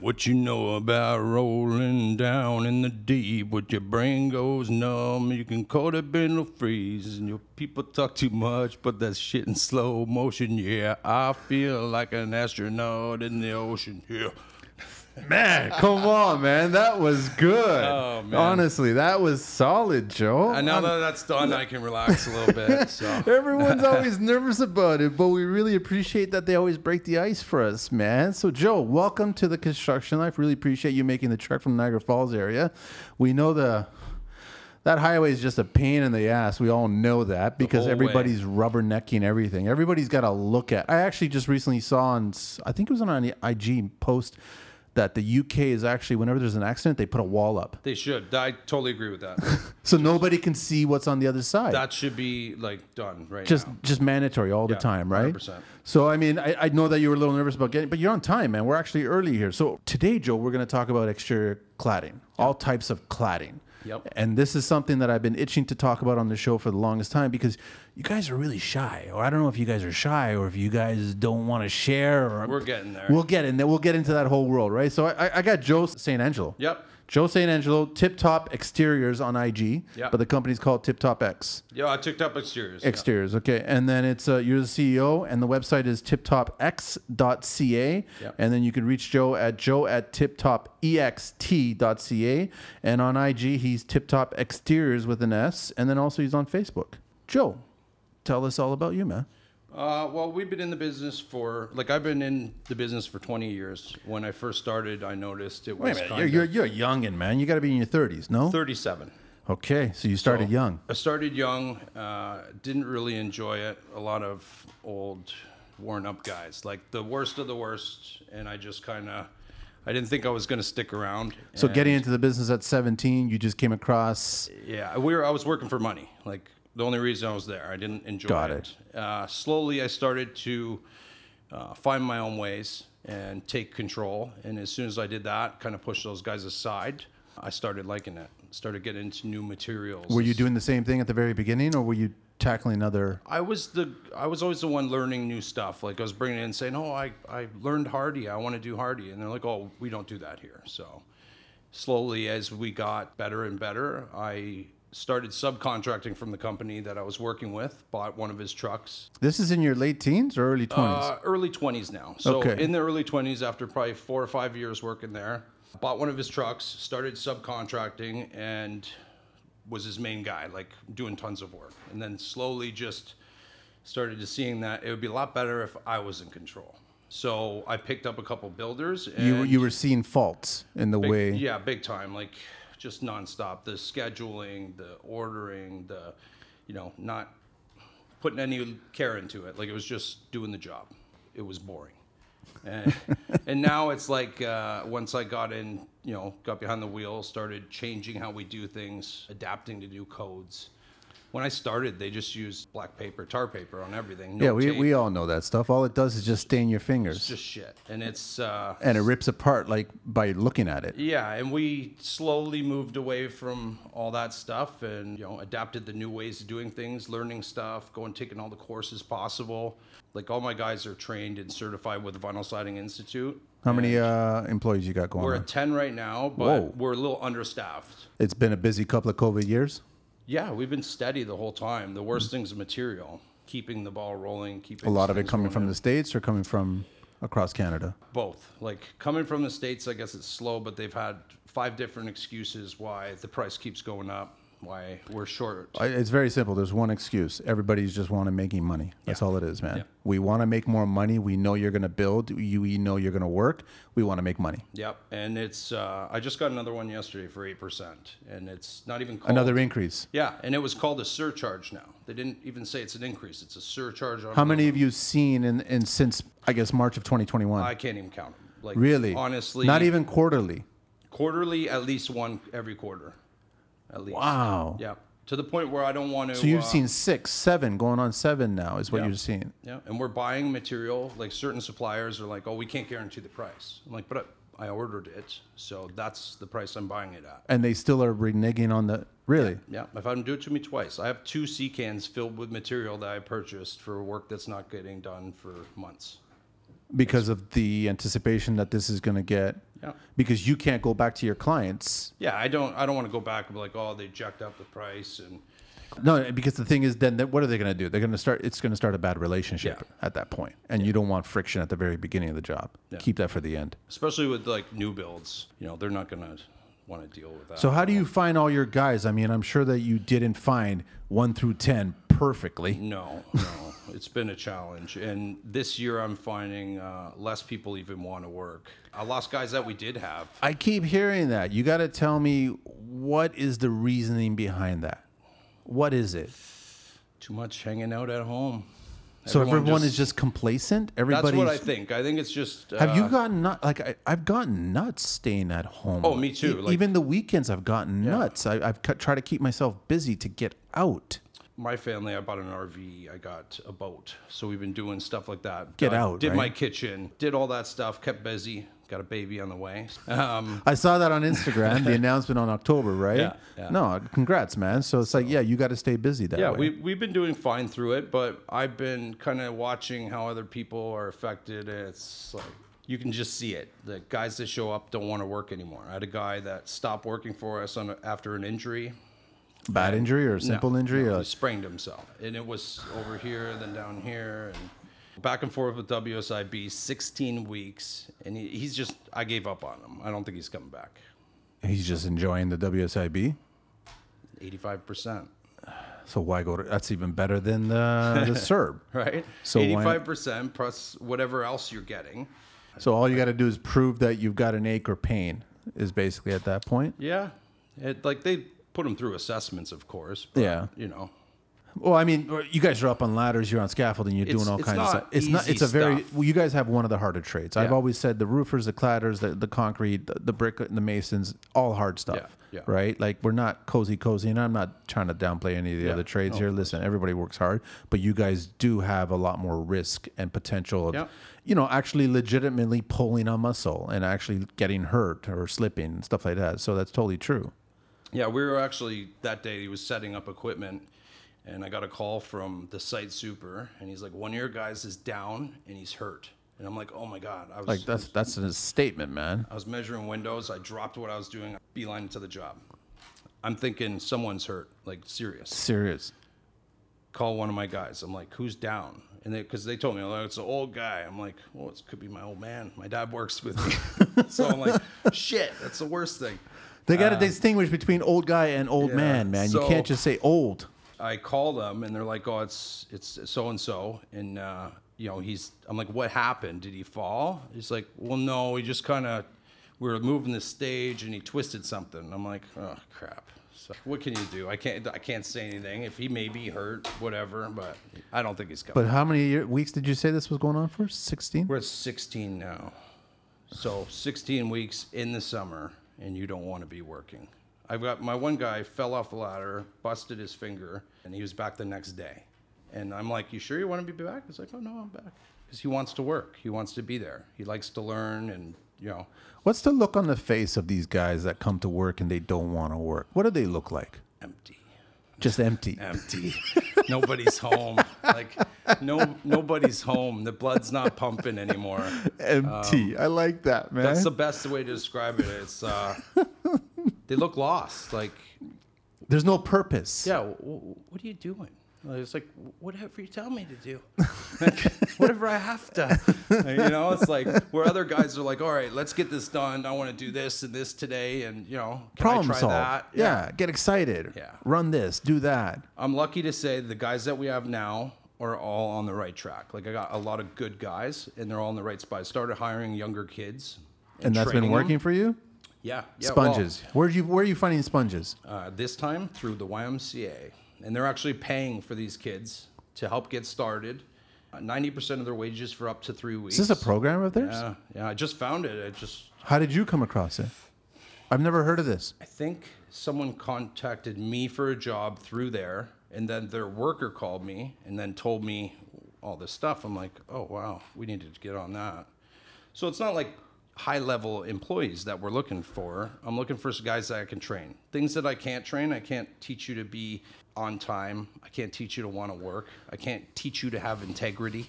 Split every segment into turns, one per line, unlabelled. What you know about rolling down in the deep? What your brain goes numb, you can call it mental freeze. And your people talk too much, but that shit in slow motion. Yeah, I feel like an astronaut in the ocean. Yeah.
Man, come on, man. That was good.
Oh, man.
Honestly, that was solid, Joe.
And now that that's done, I can relax a little bit. So.
Everyone's always nervous about it, but we really appreciate that they always break the ice for us, man. So, Joe, welcome to the construction life. Really appreciate you making the trek from Niagara Falls area. We know the that highway is just a pain in the ass. We all know that because
whole way.
everybody's rubbernecking everything. Everybody's got to look at. I actually just recently saw on s- I think it was on an IG post that the UK is actually whenever there's an accident they put a wall up
They should. I totally agree with that.
so nobody can see what's on the other side.
That should be like done right
just
now.
just mandatory all the
Yeah,
time, right?
100%.
So I mean, I, I know that you were a little nervous about getting, but you're on time, man. We're actually early here. So today, Joe, we're going to talk about exterior cladding, all types of cladding.
Yep.
And this is something that I've been itching to talk about on the show for the longest time because you guys are really shy, or I don't know if you guys are shy, or if you guys don't want to share. Or
We're getting there.
We'll get in there. We'll get into that whole world, right? So I, I- I got Joe St. Angelo.
Yep.
Joe St. Angelo, Tip Top Exteriors on IG,
Yep.
but the company's called Tip Top X
Yo, I took up exteriors. yeah.
exteriors okay and then it's uh, you're the ceo and the website is tiptopx.ca
Yep.
and then you can reach joe at joe at tiptopext.ca and on ig he's tiptop exteriors with an s and then also he's on facebook joe tell us all about you man
Uh, well, we've been in the business for like I've been in the business for 20 years. When I first started, I noticed it was kind
you're,
of
you're, you're a youngin man you got to be in your 30s no
37.
okay so you started young
I started young. Uh, didn't really enjoy it. A lot of old, worn-up guys, like the worst of the worst. And I just kind of, I didn't think I was going to stick around.
so
and-
getting into the business at 17 you just came across
Yeah, we were. I was working for money. Like the only reason I was there, I didn't enjoy
Got
Uh, slowly, I started to uh, find my own ways and take control. And as soon as I did that, kind of pushed those guys aside. I started liking it. Started getting into new materials.
were you doing the same thing at the very beginning or were you tackling another
I was the I was always the one learning new stuff. Like I was bringing it in saying, "Oh, I I learned Hardy. I want to do Hardy," and they're like, "Oh, we don't do that here." So slowly, as we got better and better, I started subcontracting from the company that I was working with. Bought one of his trucks.
this is in your late teens or early 20s
Uh, early twenties now. So
Okay.
in the early twenties, after probably four or five years working there, bought one of his trucks, started subcontracting, and was his main guy, like doing tons of work, and then slowly just started to seeing that it would be a lot better if I was in control. So I picked up a couple builders. And
you, you were seeing faults in the way
yeah, big time. Like just nonstop. The scheduling, the ordering, the you know, not putting any care into it. Like it was just doing the job. It was boring. And, and now it's like uh, once I got in, you know, got behind the wheel, started changing how we do things, adapting to new codes. When I started, they just used black paper, tar paper on everything. no
yeah we,
tape,
we all know that stuff all it does is just stain your fingers
just shit. And it's uh,
and it rips apart like by looking at it
Yeah, and we slowly moved away from all that stuff and you know adapted the new ways of doing things, learning stuff, going taking all the courses possible. Like all my guys are trained and certified with Vinyl Siding Institute.
how many uh, employees you got going
We're
on?
at 10 right now, but
Whoa.
we're a little understaffed.
it's been a busy couple of covid years
Yeah, we've been steady the whole time. The worst thing's material, keeping the ball rolling, keeping
a lot of it
things
coming
going.
from the states or coming from across canada
both. Like coming from the states, I guess it's slow, but they've had five different excuses why the price keeps going up, why we're short.
I- it's very simple there's one excuse everybody's just want to making money that's all it is man
Yeah.
we want to make more money we know you're going to build you we know you're going to work we want to make money
Yep, and it's uh, I just got another one yesterday for eight percent, and it's not even called,
another increase
Yeah, and it was called a surcharge. Now they didn't even say it's an increase; it's a surcharge. On
how many have you seen in, in since i guess march of 2021
I can't even count them. Like
Really?
honestly,
Not even quarterly.
quarterly. At least one every quarter, at least.
Wow.
Yep, to the point where I don't uh, want to.
So you've seen six, seven, going on seven now is what you're seeing.
Yeah, and we're buying material. Like certain suppliers are like, "Oh, we can't guarantee the price." I'm like, "But I, I ordered it, so that's the price I'm buying it at."
And they still are reneging on the really.
Yeah, I've had them do it to me twice. I have two sea cans filled with material that I purchased for work that's not getting done for months.
Because of the anticipation that this is gonna get
Yeah.
because you can't go back to your clients.
Yeah, I don't I don't want to go back and be like, oh, they jacked up the price and
No, because the thing is, then that- what are they going to do? They're going to start. It's going to start a bad relationship
Yeah.
at that point, and you don't want friction at the very beginning of the job.
Yeah.
Keep that for the end.
especially with like new builds, you know, they're not gonna want to deal with that.
So how do you find all your guys? I mean, I'm sure that you didn't find one through ten perfectly.
No, no, it's been a challenge, and this year I'm finding uh, less people even want to work. I lost guys that we did have.
I keep hearing that. You got to tell me what is the reasoning behind that. What is it?
Too much hanging out at home.
So everyone, is just complacent.
That's
Everybody's.
what I think. I think it's just. Uh,
Have you gotten nut? Like I, I've gotten nuts staying at home.
Oh, me too,
E-
like-
Even the weekends, I've gotten nuts. I, I've cut, tried to keep myself busy to get out.
my family? I bought an RV. I got a boat, so we've been doing stuff like that.
Get
I
out,
Did my
right?
kitchen. Did all that stuff. Kept busy. Got a baby on the way. Um,
I saw that on Instagram, the announcement on October, right?
Yeah, yeah.
No, congrats, man. So it's like, yeah, you got to stay busy that
Yeah,
way.
we, we've been doing fine through it, but I've been kind of watching how other people are affected. and It's like you can just see it. The guys that show up don't want to work anymore. I had a guy that stopped working for us on a, after an injury.
Bad injury or simple
No,
injury?
no,
or
he sprained himself, and it was over here, then down here, and back and forth with WSIB, 16 weeks, and he, he's just. I gave up on him. I don't think he's coming back.
he's just enjoying the WSIB.
85 percent,
So why go to? That's even better than the the Serb.
right?
So why-
85 percent plus whatever else you're getting.
So all you got to do is prove that you've got an ache or pain. Is basically at that point.
Yeah, it, like they put them through assessments, of course. But,
Yeah.
you know,
Well, I mean, you guys are up on ladders, you're on scaffolding, you're doing
It's-
all
it's
kinds of
not
stuff. It's not.
easy
It's a very.
stuff.
Well, you guys have one of the harder trades. I've
Yeah.
always said the roofers, the cladders, the, the concrete, the, the brick, the masons, all hard stuff.
Yeah, yeah.
Right. Like we're not cozy, cozy, and I'm not trying to downplay any of the other trades here. Listen, everybody works hard, but you guys do have a lot more risk and potential of,
Yeah.
you know, actually legitimately pulling a muscle and actually getting hurt or slipping and stuff like that. So that's totally true.
yeah, we were actually that day he was setting up equipment, and I got a call from the site super, and he's like, "One of your guys is down and he's hurt," and I'm like, "Oh my god!" I was
Like that's that's a statement, man.
I was measuring windows. I dropped what I was doing, beeline to the job. I'm thinking someone's hurt, like serious.
Serious.
call one of my guys. I'm like, who's down? And they, because they told me, like, it's an old guy. I'm like, well, it could be my old man. My dad works with me. so I'm like, shit, that's the worst thing.
They got to distinguish between old guy and old
Uh, yeah,
man, man. you
so-
can't just say old.
I call them and they're like, oh, it's it's so and so, and uh, you know, he's. I'm like, what happened? Did he fall? He's like, well, no, he just kind of. We were moving the stage and he twisted something. I'm like, oh crap. So what can you do? I can't. I can't say anything. If he may be hurt, whatever. But I don't think he's coming.
But how many year, weeks did you say this was going on for? 16?
We're at 16 now. So 16 weeks in the summer, and you don't want to be working. I've got my one guy fell off the ladder, busted his finger, and he was back the next day. And I'm like, You sure you want to be back? He's like, Oh, no, I'm back. Because he wants to work, he wants to be there, he likes to learn, and you know,
What's the look on the face of these guys that come to work and they don't want to work? What do they look like?
empty.
Just empty.
Empty. nobody's home. Like no nobody's home. The blood's not pumping anymore.
empty. I like that, man.
Um, That's the best way to describe it. It's uh, they look lost. Like
There's no purpose.
yeah, w- w- what are you doing? Like, It's like "Wh- whatever you tell me to do, Like, whatever I have to. Like, you know, it's like where other guys are like, all right, let's get this done. I want to do this and this today, and you know, can
Problem
I try
solved.
that?
Yeah. Get excited.
Yeah.
Run this. Do that.
I'm lucky to say the guys that we have now are all on the right track. Like I got a lot of good guys, and they're all in the right spot. I started hiring younger kids,
And that's been
training them.
working for you?
Yeah, yeah well,
Sponges. Where you where are you finding sponges?
uh, this time through the YMCA. And they're actually paying for these kids to help get started. Uh, 90% of their wages for up to three weeks.
Is this a program of theirs?
Um, Yeah, yeah, I just found it. I just,
How did you come across it? I've never heard of this.
I think someone contacted me for a job through there, and then their worker called me and then told me all this stuff. I'm like, oh, wow, we needed to get on that. So it's not like high level employees that we're looking for. I'm looking for guys that I can train. Things that I can't train, I can't teach you to be on time. I can't teach you to want to work. I can't teach you to have integrity.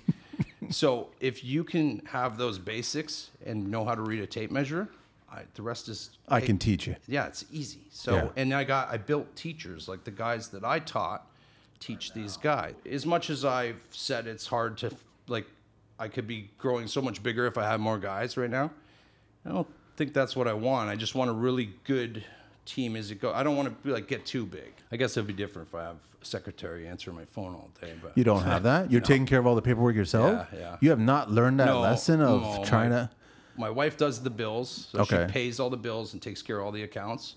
so if you can have those basics and know how to read a tape measure, I, the rest is
I can teach you.
yeah, it's easy. So,
Yeah.
and I got, I built teachers, like the guys that I taught teach these guys. As much as I've said it's hard to, like, I could be growing so much bigger if I had more guys right now. I don't think that's what I want. I just want a really good team as it go. I don't want to be like get too big. I guess it'd be different if I have a secretary answering my phone all day. But
You don't have that. You're taking care of all the paperwork yourself.
Yeah, yeah.
You have not learned that
No,
lesson of
no, my-
trying to.
My wife does the bills. So
Okay.
She pays all the bills and takes care of all the accounts,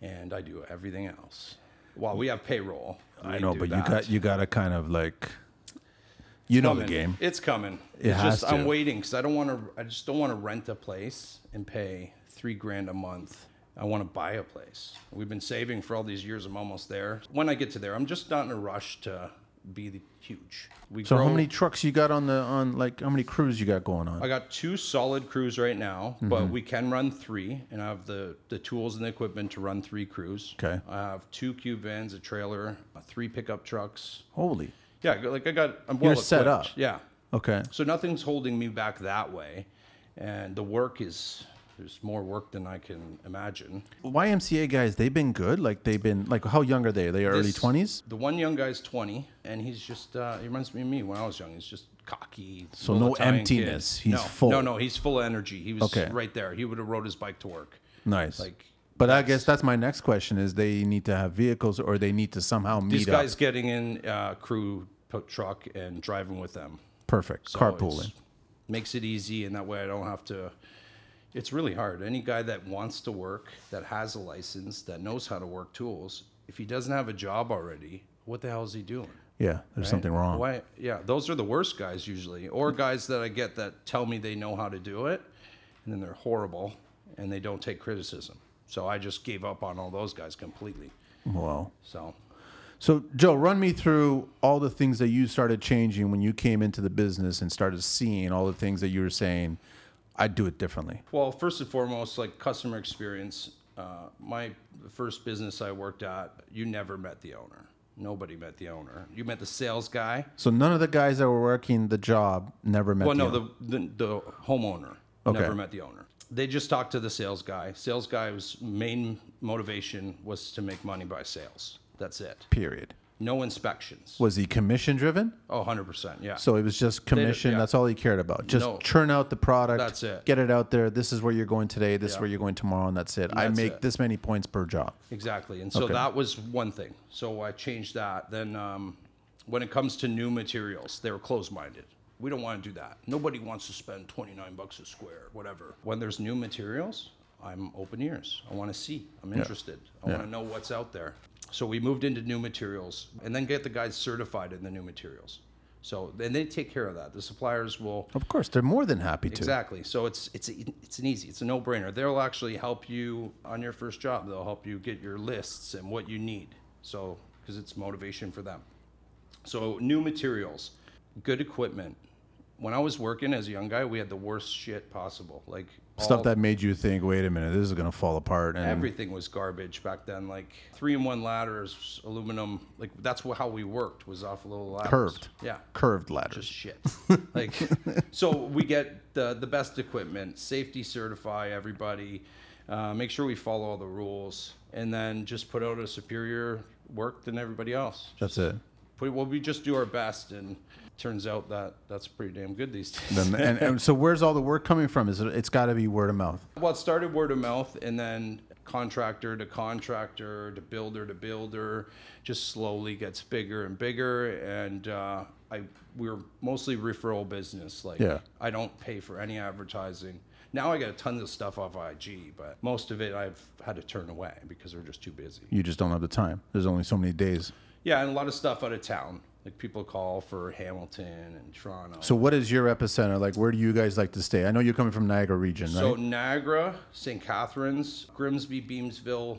and I do everything else. Well, we have payroll.
I know, but you got you got to kind of like, you know the game.
It's coming.
It
it's
has
just I'm
to.
waiting because I don't want to. I just don't want to rent a place and pay three grand a month. I want to buy a place. We've been saving for all these years. I'm almost there. When I get to there, I'm just not in a rush to be the huge. We
So how many trucks you got on the on like how many crews you got going on?
I got two solid crews right now,
Mm-hmm.
but we can run three, and I have the, the tools and the equipment to run three crews.
Okay.
I have two cube vans, a trailer, uh, three pickup trucks.
Holy.
Yeah, I got- like I got, I'm well
You're set
equipped.
up.
Yeah.
Okay.
So nothing's holding me back that way, and the work is there's more work than I can imagine.
YMCA guys, they've been good. Like they've been like how young are they? Are they early
This-
twenties?
The one young guy's 20, and he's just, uh, he reminds me of me when I was young. He's just cocky. So
no emptiness. He's
no,
full.
No, no, he's full of energy. He was
Okay.
right there. He would have rode his bike to work.
Nice.
Like,
but I guess that's my next question: is they need to have vehicles or they need to somehow meet
These
up?
guys getting in uh, crew p- truck and driving with them.
Perfect.
So
Carpooling.
it's- makes it easy, and that way I don't have to. It's really hard. Any guy that wants to work, that has a license, that knows how to work tools, if he doesn't have a job already, what the hell is he doing?
Yeah,
right?
there's something wrong.
Why? Yeah, those are the worst guys usually, or guys that I get that tell me they know how to do it, and then they're horrible and they don't take criticism. So I just gave up on all those guys completely.
Wow.
So
So, Joe, run me through all the things that you started changing when you came into the business and started seeing all the things that you were saying. I'd do it differently.
Well, first and foremost, like customer experience. Uh, my first business I worked at, you never met the owner. Nobody met the owner. You met the sales guy.
So, none of the guys that were working the job never met.
Well, no,
you.
the, the the homeowner
Okay.
never met the owner. They just talked to the sales guy. Sales guy's main motivation was to make money by sales. That's it.
period
No inspections.
was he commission driven.
Oh, 100%. Yeah.
So it was just commission.
yeah.
That's all he cared about. Just
No.
churn out the product.
That's it.
Get it out there. This is where you're going today. This is
Yeah.
where you're going tomorrow, and that's it. I
That's
make
it.
this many points per job.
Exactly. And so
Okay.
that was one thing. So I changed that. Then um, when it comes to new materials, they were closed minded. We don't want to do that. Nobody wants to spend 29 bucks a square, whatever. When there's new materials, I'm open ears. I want to see. I'm interested. I want to know what's out there. So we moved into new materials and then get the guys certified in the new materials. So then they take care of that. The suppliers will
Of course, they're more than happy to.
Exactly. So it's it's a- it's an easy, it's a no-brainer. They'll actually help you on your first job. They'll help you get your lists and what you need. So because it's motivation for them. So new materials, good equipment. When I was working as a young guy, we had the worst shit possible. Like
Stuff
all-
that made you think, wait a minute, this is gonna fall apart. And
everything was garbage back then. Like three in one ladders, aluminum. Like that's wh- how we worked was off little ladders.
Curved.
Yeah
curved ladders.
just shit. like, so we get the the best equipment, safety certify everybody, uh, make sure we follow all the rules, and then just put out a superior work than everybody else.
That's it.
Put, well, we just do our best, and turns out that that's pretty damn good these days.
Then, and, and so, where's all the work coming from? Is it? It's got to be word of mouth.
Well, it started word of mouth and then contractor to contractor to builder to builder just slowly gets bigger and bigger. And uh, I we were mostly referral business. Like,
Yeah.
I don't pay for any advertising. Now I get a ton of stuff off IG, but most of it I've had to turn away because we're just too busy.
You just don't have the time. There's only so many days.
Yeah, and a lot of stuff out of town. Like people call for Hamilton and Toronto.
So, what is your epicenter? Like, where do you guys like to stay? I know you're coming from Niagara region,
So
right?
Niagara, St. Catharines, Grimsby, Beamsville,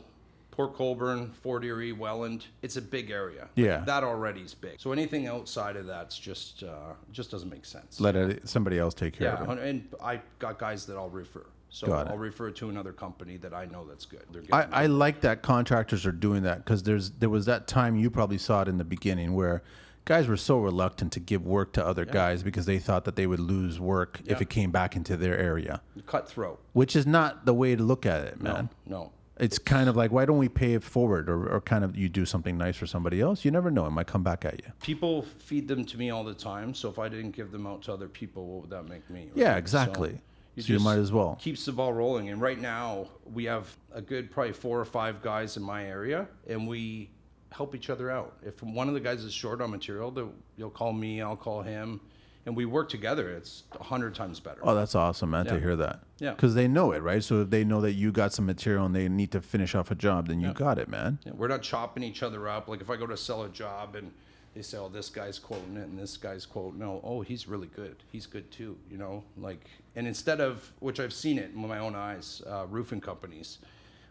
Port Colborne, Fort Erie, Welland. It's a big area. Like,
Yeah.
that already is big. So anything outside of that's just uh, just doesn't make sense.
Let it, somebody else take care
yeah,
of it.
and- and I got guys that I'll refer. So
Got it.
I'll refer to another company that I know that's good. They're good.
I, I like that contractors are doing that because there's there was that time you probably saw it in the beginning where guys were so reluctant to give work to other guys because they thought that they would lose work if
Yeah.
it came back into their area,
Cutthroat.
which is not the way to look at it, man.
No.
It's kind of like why don't we pay it forward or, or kind of you do something nice for somebody else? You never know, it might come back at you.
People feed them to me all the time, so if I didn't give them out to other people, what would that make me? right?
Yeah, exactly.
you
So, you
just-
might as well.
keeps the ball rolling. And right now, we have a good probably four or five guys in my area, and we help each other out. If one of the guys is short on material, the- you'll call me, I'll call him, and we work together. It's a hundred times better.
Oh, that's awesome, man, to hear that.
Yeah.
Because they know it, right? So if they know that you got some material and they need to finish off a job, then you got it, man.
Yeah, We're not chopping each other up. Like if I go to sell a job and they say, "Oh, this guy's quoting it and this guy's quoting," no, oh, he's really good. He's good too. You know, like and instead of which I've seen it in my own eyes, uh, roofing companies.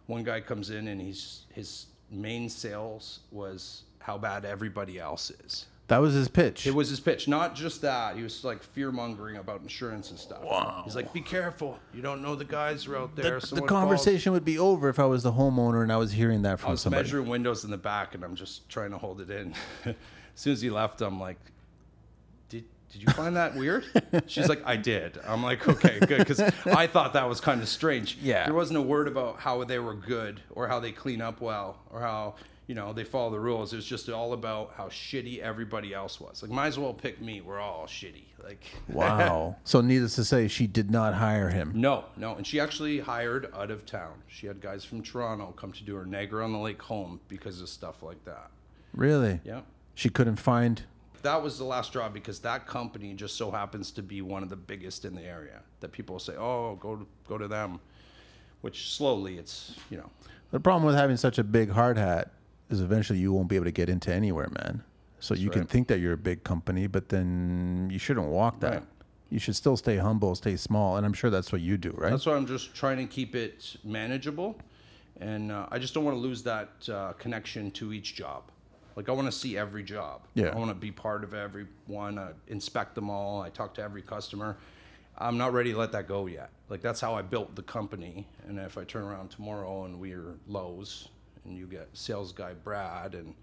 One guy comes in and he's his main sales was how bad everybody else is.
That was his pitch.
It was his pitch, not just that. He was like fear mongering about insurance and stuff.
Wow.
He's like, "Be careful. You don't know the guys are out there."
the, the
Someone falls."
conversation would be over if I was the homeowner and I was hearing that
I
from
was
somebody.
measuring windows in the back, and I'm just trying to hold it in. as soon as he left, I'm like, "Did did you find that weird?" She's like, "I did." I'm like, "Okay, good," because I thought that was kind of strange.
Yeah.
there wasn't a word about how they were good or how they clean up well or how you know they follow the rules. It was just all about how shitty everybody else was. Like, might as well pick me. We're all shitty. Like,
Wow. so needless to say, she did not hire him.
No, no. And she actually hired out of town. She had guys from Toronto come to do her Niagara on the Lake home because of stuff like that.
Really?
Yeah.
She couldn't find.
That was the last job because that company just so happens to be one of the biggest in the area that people say, "Oh, go to, go to them," which slowly it's you know
The problem with having such a big hard hat is eventually you won't be able to get into anywhere, man. So you can think that you're a big company, but then you shouldn't walk that.
Right.
You should still stay humble, stay small, and I'm sure that's what you do, right?
that's why I'm just trying to keep it manageable, and uh, I just don't want to lose that uh, connection to each job. Like I want to see every job.
Yeah.
I want to be part of every one. I inspect them all. I talk to every customer. I'm not ready to let that go yet. Like that's how I built the company. And if I turn around tomorrow and we're Lowe's and you get sales guy Brad and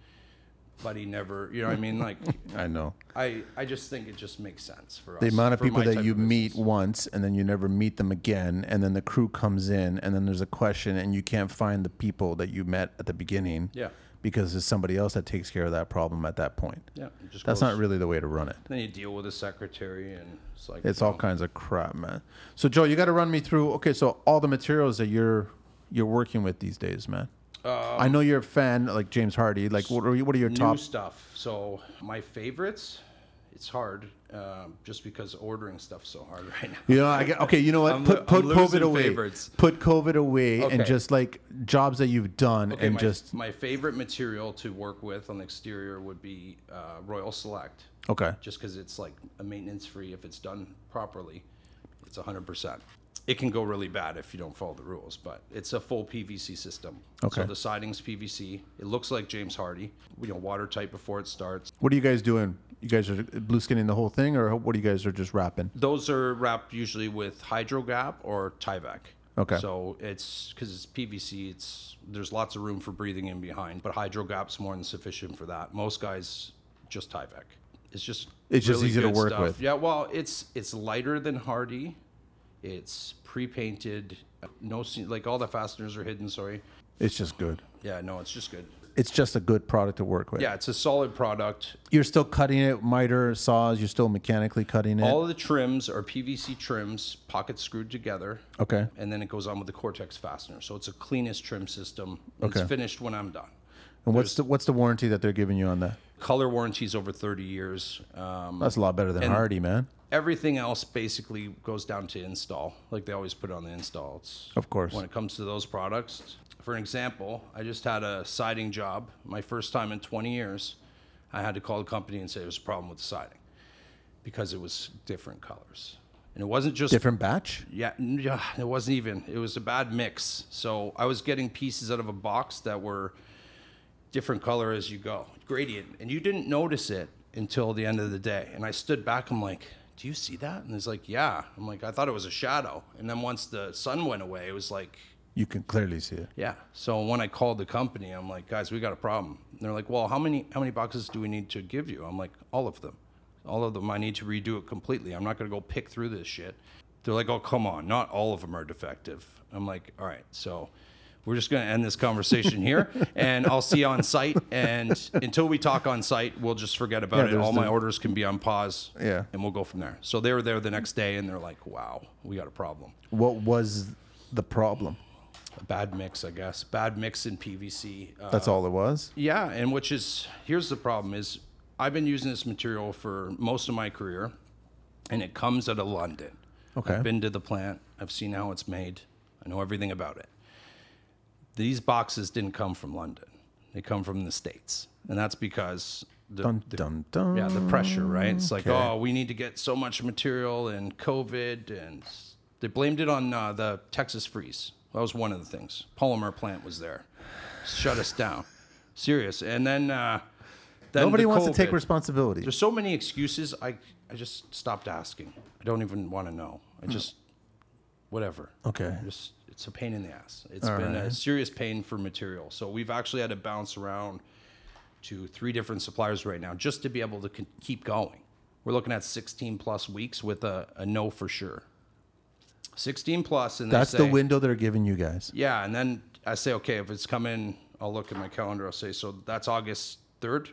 Buddy never, you know what I mean? Like
I know.
I, I just think it just makes sense for us.
The amount of
for
people
my
that
type
you
of business.
meet once and then you never meet them again, and then the crew comes in, and then there's a question, and you can't find the people that you met at the beginning.
Yeah.
Because there's somebody else that takes care of that problem at that point.
Yeah. it Just
That's
goes-
not really the way to run it.
Then you deal with a secretary, and it's like
It's all kinds of crap, man. So Joe, you got to run me through. Okay, so all the materials that you're you're working with these days, man. I know you're a fan, like James Hardy. Like, what are, you, what are your
Um, new
top?
stuff. So my favorites, it's hard, um, just because ordering stuff's so hard right now.
You know, I get, okay. You know what?
I'm lo-
put put
I'm
COVID
losing
away.
favorites.
Put COVID away,
Okay.
and just like jobs that you've done,
Okay,
and
my,
just
my favorite material to work with on the exterior would be uh, Royal Select,
okay.
just because it's like a maintenance free. If it's done properly, it's 100%. It can go really bad if you don't follow the rules, but it's a full PVC system.
Okay.
So the siding's PVC. It looks like James Hardy. You know, watertight before it starts.
What are you guys doing? You guys are blue skinning the whole thing, or what? do You guys are just wrapping.
Those are wrapped usually with HydroGap or Tyvek.
Okay.
So it's because it's PVC. It's there's lots of room for breathing in behind, but HydroGap's more than sufficient for that. Most guys just Tyvek. It's just
It's just easy to
good
work with.
Yeah. Well, it's it's lighter than Hardy. It's pre-painted. No, se- like all the fasteners are hidden. Sorry.
It's just good.
Yeah. No, it's just good.
It's just a good product to work with.
Yeah, it's a solid product.
You're still cutting it, miter, saws. You're still mechanically cutting it.
All of the trims are PVC trims, pockets screwed together.
okay.
and then it goes on with the Cortex fastener. So it's a cleanest trim system.
Okay.
It's finished when I'm done.
And what's the what's the warranty that they're giving you on that?
Color warranties over 30 years. Um,
That's a lot better than Hardy, man.
everything else basically goes down to install. Like they always put it on the install. It's,
Of course.
When it comes to those products, for an example, I just had a siding job. My first time in 20 years, I had to call the company and say there's a problem with the siding because it was different colors. And it wasn't just
Different batch.
Yeah, n- yeah, it wasn't even. It was a bad mix. So I was getting pieces out of a box that were different color as you go, gradient, and you didn't notice it until the end of the day. And I stood back. I'm like, "Do you see that?" And it's like, "Yeah." I'm like, "I thought it was a shadow." And then once the sun went away, it was like
You can clearly see it.
Yeah. So when I called the company, I'm like, guys, we got a problem. And they're like, well, how many how many boxes do we need to give you? I'm like, all of them, all of them. I need to redo it completely. I'm not gonna go pick through this shit. They're like, oh, come on, not all of them are defective. I'm like, all right, so we're just gonna end this conversation here, and I'll see you on site. And until we talk on site, we'll just forget about it.
there's
All
the-
my orders can be on pause.
Yeah.
And we'll go from there. So they were there the next day, and they're like, wow, we got a problem.
What was the problem?
A bad mix, I guess. Bad mix in PVC. Uh,
That's all it was.
Yeah, and which is here's the problem is I've been using this material for most of my career, and it comes out of London.
Okay.
I've been to the plant. I've seen how it's made. I know everything about it. These boxes didn't come from London. They come from the states, and that's because the,
Dun dun dun.
yeah, the pressure, right?
Mm-hmm.
It's like, oh, we need to get so much material and COVID, and they blamed it on uh, the Texas freeze. That was one of the things. Polymer plant was there, shut us down. Serious. And then, uh, then
Nobody
the
wants to take
COVID.
responsibility.
There's so many excuses. I I just stopped asking. I don't even want to know.
Mm-hmm.
I just whatever.
Okay.
Just it's a pain in the ass. It's been a serious pain for material. So we've actually had to bounce around to three different suppliers right now just to be able to con- keep going. We're looking at 16 plus weeks with a, a no for sure. 16 plus, and they
That's the
say-
window they're giving you guys.
yeah, and then I say, okay, if it's coming, I'll look at my calendar. I'll say, so that's August third.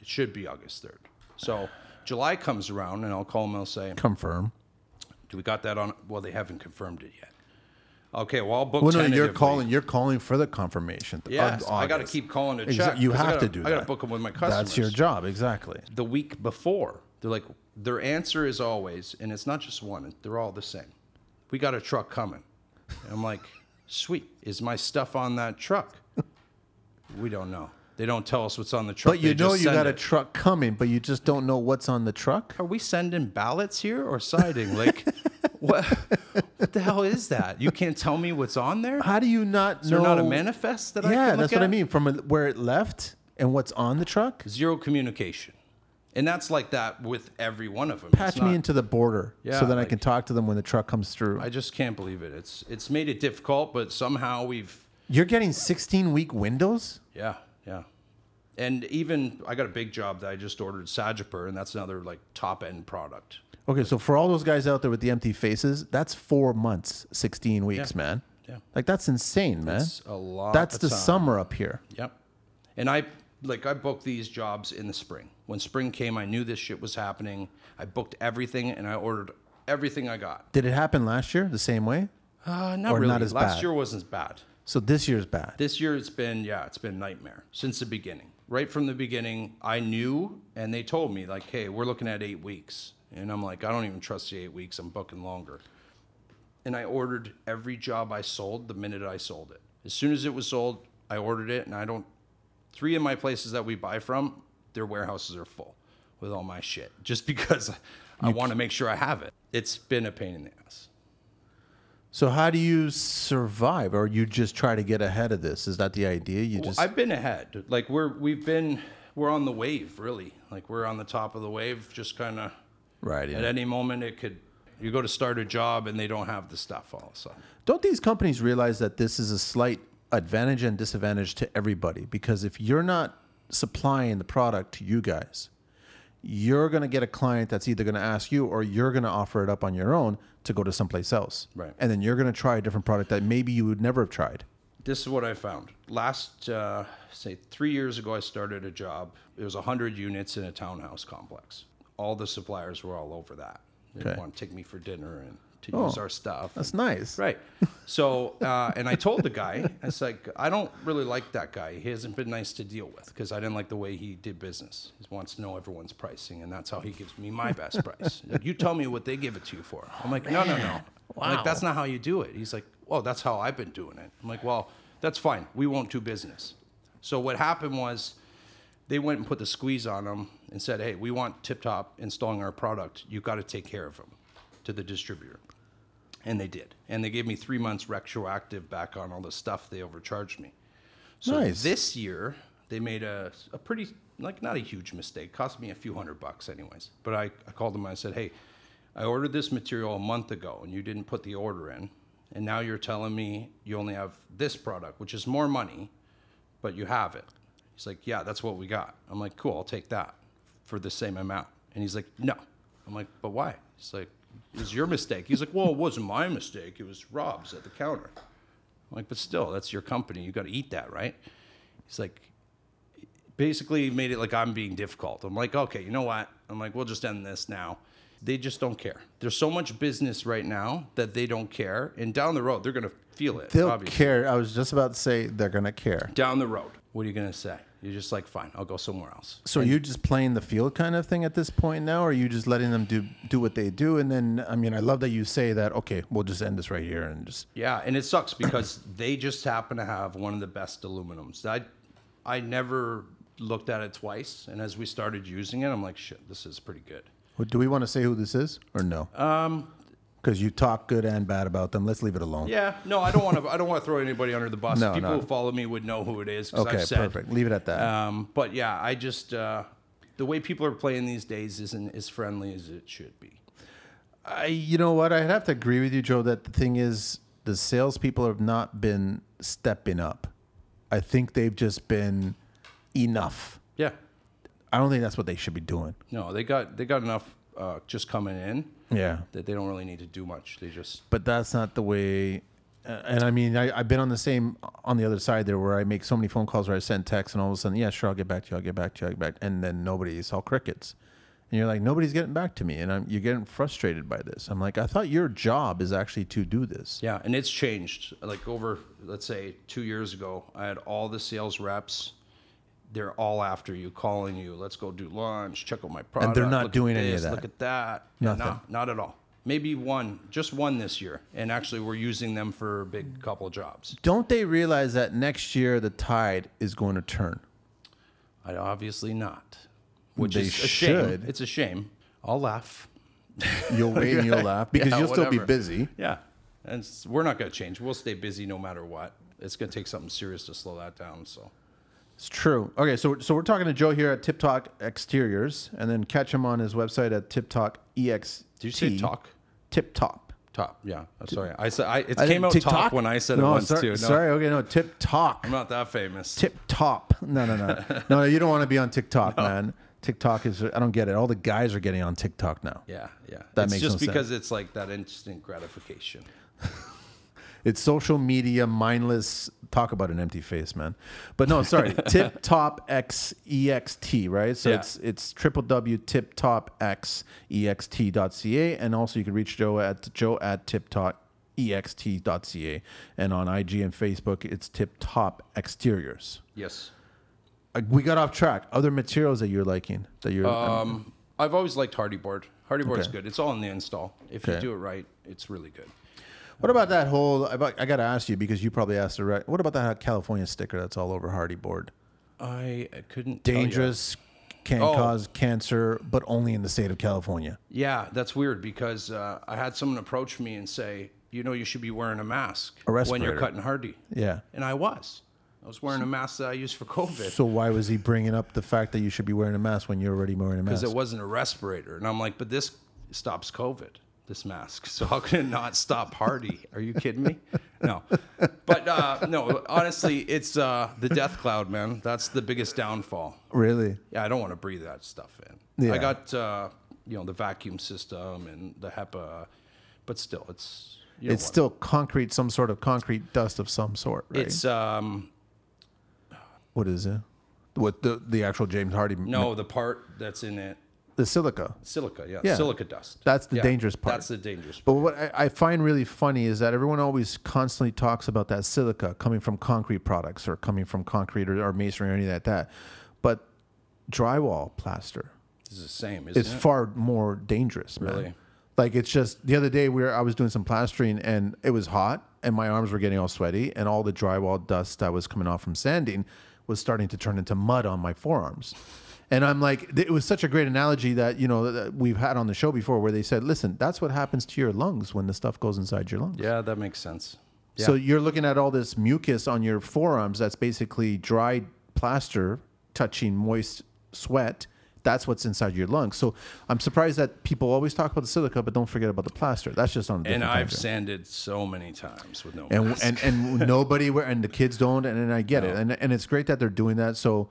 It should be August third. So July comes around, and I'll call them. I'll say,
Confirm.
do we got that on? Well, they haven't confirmed it yet. Okay, well I'll book.
Well, no, you're
tentatively.
calling. You're calling for the confirmation. th-
Yeah,
of
I got to
August.
keep calling to check.
Exact- You
'cause I
have
gotta-
to do
I got to
that.
book them with my customers.
That's your job, exactly.
the week before. They're like, their answer is always, and it's not just one, they're all the same. We got a truck coming. And I'm like, sweet. Is my stuff on that truck? We don't know. They don't tell us what's on the truck.
But you
They
know
just
you
send
got a
it.
truck coming, but you just don't know what's on the truck.
Are we sending ballots here or siding? Like, what, what the hell is that? You can't tell me what's on there?
How do you not
Is
know?
there not a manifest that I can
Yeah,
look
that's what I
at?
mean. From where it left and what's on the truck.
Zero communication. And that's like that with every one of them.
Patch me into the border
Yeah,
so that I
like-
can talk to them when the truck comes through.
I just can't believe it. It's it's made it difficult, but somehow we've
You're getting 16 week windows.
yeah yeah. And even I got a big job that I just ordered Sagipur, and that's another like top end product.
Okay, so for all those guys out there with the empty faces, that's four months, 16 weeks, man.
Yeah.
Like that's insane, man.
It's a lot.
that's
of
the
time.
summer up here.
Yep. And I like I booked these jobs in the spring. When spring came, I knew this shit was happening. I booked everything and I ordered everything I got.
Did it happen last year the same way?
Uh, not
Ah, Or
really.
not as
Last
bad.
year wasn't as bad.
So this year's bad.
This year it's been yeah, it's been nightmare since the beginning. Right from the beginning, I knew and they told me like, "Hey, we're looking at 8 weeks." And I'm like, "I don't even trust the 8 weeks. I'm booking longer." And I ordered every job I sold the minute I sold it. As soon as it was sold, I ordered it and I don't three of my places that we buy from, their warehouses are full with all my shit just because I want to make sure I have it. It's been a pain in the ass.
So how do you survive, or you just try to get ahead of this? Is that the idea? You just
I've been ahead. Like we're we've been we're on the wave really. Like we're on the top of the wave. Just kind of
right?
at any moment it could. You go to start a job and they don't have the stuff all of a sudden.
Don't these companies realize that this is a slight advantage and disadvantage to everybody? Because if you're not supplying the product to you guys, you're going to get a client that's either going to ask you or you're going to offer it up on your own to go to someplace else.
Right.
And then you're going to try a different product that maybe you would never have tried.
This is what I found. Last uh, say three years ago, I started a job. It was hundred units in a townhouse complex. All the suppliers were all over that. They
Okay. Oh,
want to take me for dinner and to use our stuff.
That's nice.
Right. So, uh, and I told the guy, it's like, I don't really like that guy. He hasn't been nice to deal with because I didn't like the way he did business. He wants to know everyone's pricing, and that's how he gives me my best price. Like, you tell me what they give it to you for. I'm like, no, no, no. I'm Like, that's not how you do it. He's like, well, that's how I've been doing it. I'm like, well, that's fine. We won't do business. So, what happened was, they went and put the squeeze on them and said, "Hey, we want Tip Top installing our product. You've got to take care of them to the distributor." And they did. And they gave me three months retroactive back on all the stuff they overcharged me. So
Nice.
this year they made a, a pretty like not a huge mistake. Cost me a few hundred bucks anyways. But I, I called them and I said, Hey, I ordered this material a month ago and you didn't put the order in. And now you're telling me you only have this product, which is more money, but you have it. He's like, yeah, that's what we got. I'm like, cool, I'll take that for the same amount. And he's like, no. I'm like, but why? He's like, it was your mistake. He's like, well, it wasn't my mistake. It was Rob's at the counter. I'm like, but still, that's your company. You got to eat that, right? He's like, basically he made it like I'm being difficult. I'm like, okay, you know what? I'm like, we'll just end this now. They just don't care. There's so much business right now that they don't care. And down the road, they're going to feel it.
They'll
obviously.
care. I was just about to say they're gonna care.
Down the road, what are you going to say? You're just like, fine, I'll go somewhere else.
So are you just playing the field kind of thing at this point now, or are you just letting them do do what they do? And then I mean, I love that you say that. Okay, we'll just end this right here and just
Yeah, and it sucks because they just happen to have one of the best aluminums. I, I never looked at it twice. And as we started using it, I'm like, shit, this is pretty good.
Well, Do we want to say who this is or no? Um, because you talk good and bad about them. Let's leave it alone.
Yeah, no, I don't want to. I don't want to throw anybody under the bus.
No,
People
no.
who follow me would know who it is. 'cause
okay,
I've said,
perfect. Leave it at that.
Um, but yeah, I just uh, the way people are playing these days isn't as friendly as it should be.
I, you know what? I'd have to agree with you, Joe. That the thing is, the salespeople have not been stepping up. I think they've just been enough.
Yeah,
I don't think that's what they should be doing.
no, they got they got enough uh, just coming in
Yeah,
that they don't really need to do much. They just
but that's not the way. uh, And I mean, I, I've been on the same on the other side there, where I make so many phone calls, where I send texts, and all of a sudden, yeah, sure, I'll get back to you, I'll get back to you, I'll get back, and then nobody. It's all crickets, and you're like, nobody's getting back to me, and I'm you're getting frustrated by this. I'm like, I thought your job is actually to do this.
yeah, and it's changed. Like over let's say two years ago, I had all the sales reps. They're all after you, calling you. Let's go do lunch. Check out my product.
they're not
look at
doing any of
this,
that.
Look at that. Yeah,
Nothing.
no, not at all. Maybe one, just one this year. And actually, we're using them for a big couple jobs.
Don't they realize that next year the tide is going to turn?
I obviously not. Which
They
is a
should.
shame. It's a shame. I'll laugh.
You'll wait and you'll laugh because
Yeah,
you'll still be
whatever.
busy.
Yeah. And s- we're not going to change. We'll stay busy no matter what. It's going to take something serious to slow that down. So,
It's true. Okay, so so we're talking to Joe here at Tip Talk Exteriors, and then catch him on his website at Tip Talk E EXT.
did you say talk?
Tip Top.
Top. Yeah. I'm sorry. I said I, it
I
came
didn't-
out
TikTok?
top when I said
No,
it once
sorry,
too. No,
Sorry, okay, no, tip talk,
I'm not that famous.
tip top. No, no, no, no, no. You don't want to be on TikTok, man. TikTok is. I don't get it. All the guys are getting on TikTok now.
Yeah. Yeah.
That
it's
makes
just
no sense.
because it's like that instant gratification.
It's social media, mindless. Talk about an empty face, man. But no, sorry. tip top x ext, right? So
Yeah.
it's it's triple w tip top x ext dot ca, and also you can reach Joe at Joe at tip top ext.ca and on IG and Facebook it's tip top exteriors.
Yes.
Uh, we got off track. Other materials that you're liking that you're
Um, I've always liked Hardy Board. Hardy Board's
Okay.
good. It's all in the install. If
Okay.
you do it right, it's really good.
What about that whole? I, bu- I got to ask you because you probably asked the right. What about that California sticker that's all over Hardy board?
I I couldn't tell you.
Dangerous, can
Oh.
cause cancer, but only in the state of California.
Yeah, that's weird because uh, I had someone approach me and say, you know, you should be wearing a mask
A
when
respirator.
you're cutting hardy.
Yeah.
And I was. I was wearing a mask that I used for COVID
So why was he bringing up the fact that you should be wearing a mask when you're already wearing a
because
mask?
it wasn't a respirator. And I'm like, but this stops COVID, this mask. So how can it not stop hardy? Are you kidding me? No. But uh, no, honestly, it's uh, the death cloud, man. That's the biggest downfall.
really?
Yeah, I don't want to breathe that stuff in.
Yeah.
I got uh, you know the vacuum system and the HEPA, but still, it's you don't
It's
want-
still concrete, some sort of concrete dust of some sort, right?
it's um
what is it? What the the actual James Hardy?
no the part that's in it
the silica.
silica yeah,
Yeah.
silica dust
That's the
Yeah,
dangerous part.
that's the dangerous part.
But what I, I find really funny is that everyone always constantly talks about that silica coming from concrete products or coming from concrete or, or masonry or any like that. But drywall plaster
This is the same, isn't
is
it?
far more dangerous, man.
Really?
Like it's just the other day we were, I was doing some plastering and it was hot and my arms were getting all sweaty and all the drywall dust that was coming off from sanding was starting to turn into mud on my forearms. And I'm like, it was such a great analogy that you know that we've had on the show before, where they said, "Listen, that's what happens to your lungs when the stuff goes inside your lungs."
Yeah, that makes sense. Yeah.
So you're looking at all this mucus on your forearms that's basically dried plaster touching moist sweat That's what's inside your lungs. So I'm surprised that people always talk about the silica, but don't forget about the plaster. That's just
And
on. A different
I've
tangent.
sanded so many times with no
and
mask.
and and nobody where and the kids don't and, and I get it and and it's great that they're doing that. So,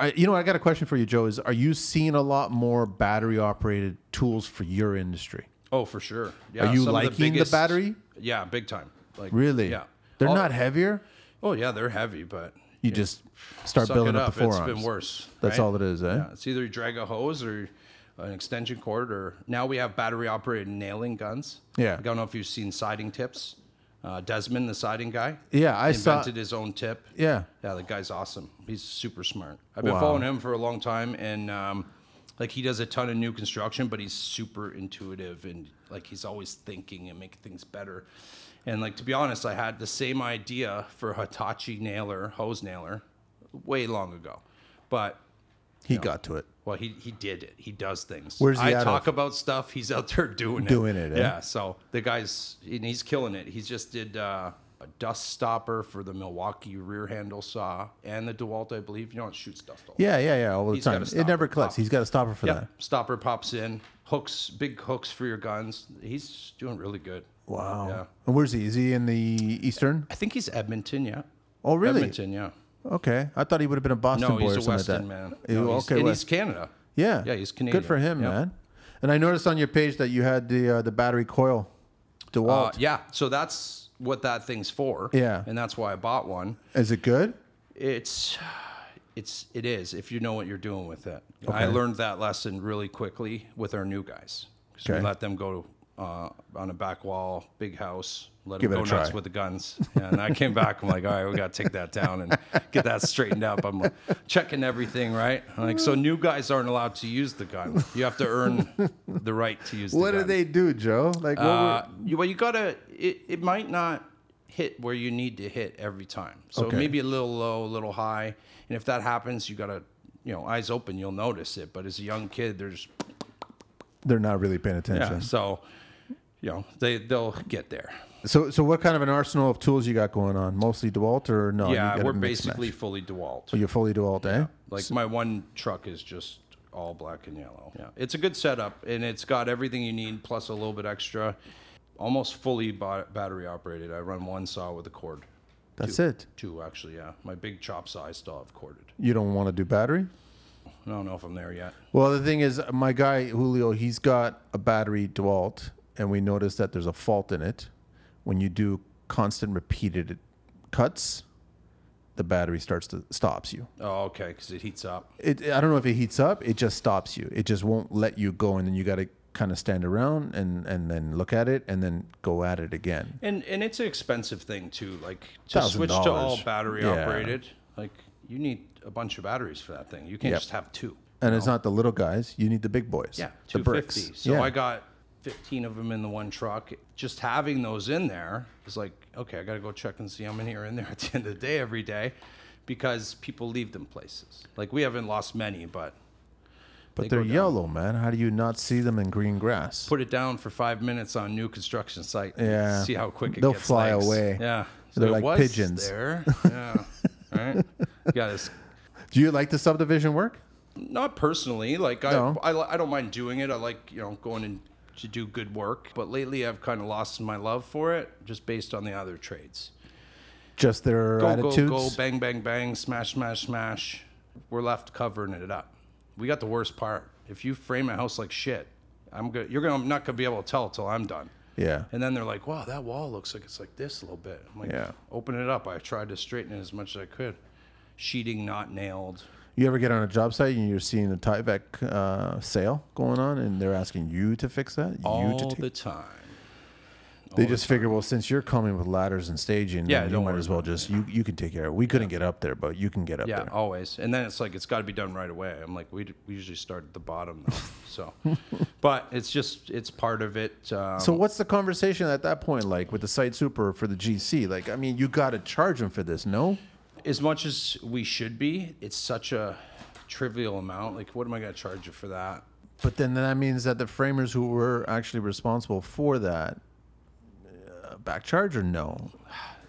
I you know I got a question for you, Joe. Is are you seeing a lot more battery operated tools for your industry?
oh, for sure. Yeah,
you
some of
liking the battery?
Yeah, big time. Like
Really?
Yeah.
They're
Oh,
not heavier.
Oh yeah, they're heavy, but
You just start
suck
building
it
up,
up.
the forearms.
It's been worse.
That's
right?
all it is, eh?
Yeah, it's either you drag a hose or an extension cord, or now we have battery operated nailing guns.
Yeah.
I don't know if you've seen siding tips. Uh, Desmond, the siding guy,
Yeah, I saw-
invented his own tip.
Yeah.
Yeah, the guy's awesome. He's super smart. I've been
Wow.
following him for a long time, and um, like he does a ton of new construction, but he's super intuitive and like he's always thinking and making things better. And like to be honest, I had the same idea for Hitachi nailer, hose nailer, way long ago, but
He got to it.
well, he he did it. He does things.
Where's he
I
out of?
talk about stuff. He's out there doing it.
Doing it, eh?
Yeah. So the guy's and he's killing it. He's just did uh, a dust stopper for the Milwaukee rear handle saw and the Dewalt, I believe. You know, it shoots dust all.
Yeah, yeah, yeah. All the
He's
time.
gotta
It
stop
never
it.
collects.
Stop.
He's got a stopper for
Yeah.
that.
Stopper pops in. Hooks, big hooks for your guns. He's doing really good.
Wow.
Yeah.
And where's he? Is he in the Eastern?
I think he's Edmonton. Yeah.
Oh, really?
Edmonton. Yeah.
Okay. I thought he would have been a Boston
No,
boy
he's
or
a
something
Weston
like
man.
that.
No,
Ew,
he's-
okay,
and
West-
he's Canada.
Yeah.
Yeah, he's Canadian.
Good for him,
Yeah.
man. And I noticed on your page that you had the uh, the battery coil,
Uh,
DeWalt.
yeah. So that's what that thing's for.
Yeah.
And that's why I bought one.
Is it good?
It's it's it is if you know what you're doing with it. I learned that lesson really quickly with our new guys. 'Cause
Okay.
we let them go uh, on a back wall, big house, let
Give it
them
a
go nuts
try.
with the guns. And I came back, I'm like, all right, we got to take that down and get that straightened up. I'm like, checking everything, right? I'm like, so new guys aren't allowed to use the gun. You have to earn the right to use.
What
the
do
gun.
they do, Joe? Like, what were-
Uh, you- well, you gotta. It, it might not hit where you need to hit every time. So
Okay.
maybe a little low, a little high, and if that happens, you gotta, you know, eyes open. You'll notice it. But as a young kid, there's
they're not really paying
yeah.
attention.
So, you know, they they'll get there.
So, so what kind of an arsenal of tools you got going on? Mostly DeWalt or no? you
yeah,
got a
we're
mix and match?
basically fully Dewalt.
But you're fully DeWalt, eh?
Like my one truck is just all black and yellow. Yeah, it's a good setup, and it's got everything you need plus a little bit extra. Almost fully ba- battery operated. I run one saw with a cord.
That's it.
Two, actually, yeah. My big chop saw I still have corded.
You don't want to do battery?
I don't know if I'm there yet.
Well, the thing is, my guy Julio, he's got a battery DeWalt, and we noticed that there's a fault in it. When you do constant repeated cuts, the battery starts to stops you.
Oh, okay, because it heats up.
It, I don't know if it heats up. It just stops you. It just won't let you go, and then you got to kind of stand around and and then look at it, and then go at it again.
And and it's an expensive thing too. Like to
Thousand
switch to all
dollars.
battery
Yeah.
operated, like you need a bunch of batteries for that thing. You can't
Yep.
just have two.
And it's not the little guys. You need the big boys.
Yeah,
the
two
bricks.
fifty. So I got fifteen of them in the one truck. Just having those in there is like, okay, I got to go check and see how many are in there at the end of the day every day, because people leave them places. Like we haven't lost many, but
but
they
they're
go down.
yellow, man. How do you not see them in green grass?
put it down for five minutes on new construction site. and
Yeah.
See how quick it
They'll
gets
fly
legs.
away.
Yeah.
They're
it
like
was
pigeons.
There. Yeah. right. Got this.
Do you like the subdivision work?
Not personally. Like I,
No.
I, li- I don't mind doing it. I like you know going in to do good work. But lately, I've kind of lost my love for it, just based on the other trades.
Just their
Go
attitudes.
go go! Bang bang bang! Smash smash smash! We're left covering it up. We got the worst part. If you frame a house like shit, I'm good. You're gonna I'm not gonna be able to tell till I'm done.
Yeah.
And then they're like, wow, that wall looks like it's like this a little bit. I'm like,
Yeah.
open it up. I tried to straighten it as much as I could. Sheeting not nailed.
You ever get on a job site and you're seeing a Tyvek uh, sale going on, and they're asking you to fix that? you to
All
take-
the time.
they just figure, well, since you're coming with ladders and staging,
Yeah,
yeah, you
don't
might
worry
as well just you, you can take care of. it. We couldn't get up there, but you can get up
Yeah,
there.
always. And then it's like, it's got to be done right away. I'm like, we, d- we usually start at the bottom. Though, so, but it's just, it's part of it. Um,
So what's the conversation at that point like with the site super for the GC? Like, I mean, you got to charge them for this, no?
as much as we should be, it's such a trivial amount. Like, what am I going to charge you for that?
But then that means that the framers who were actually responsible for that uh, back charge or no?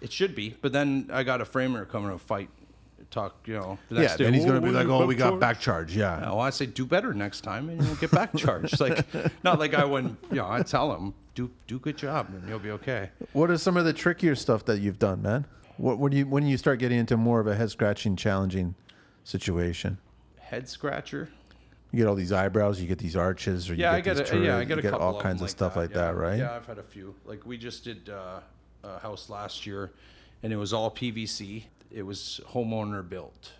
It should be, but then I got a framer coming to fight talk, you know, the
Yeah,
next day.
then he's
"Oh,
going to be
what
like,
you
oh, we got
charged?"
back charge. Yeah.
Oh, I say do better next time, and you'll get back charged. like not like I wouldn't. You know, I tell him do do good job, and you'll be okay.
What are some of the trickier stuff that you've done, man? What when you when you start getting into more of a head scratching, challenging situation?
Head scratcher.
You get all these eyebrows, you get these arches, or you
Yeah, I
get
get a,
these
yeah, I get
turds, you
a
get
couple
all
of
kinds
them
of stuff like
yeah.
that, right?
Yeah, I've had a few. Like we just did uh, a house last year, and it was all PVC. It was homeowner built,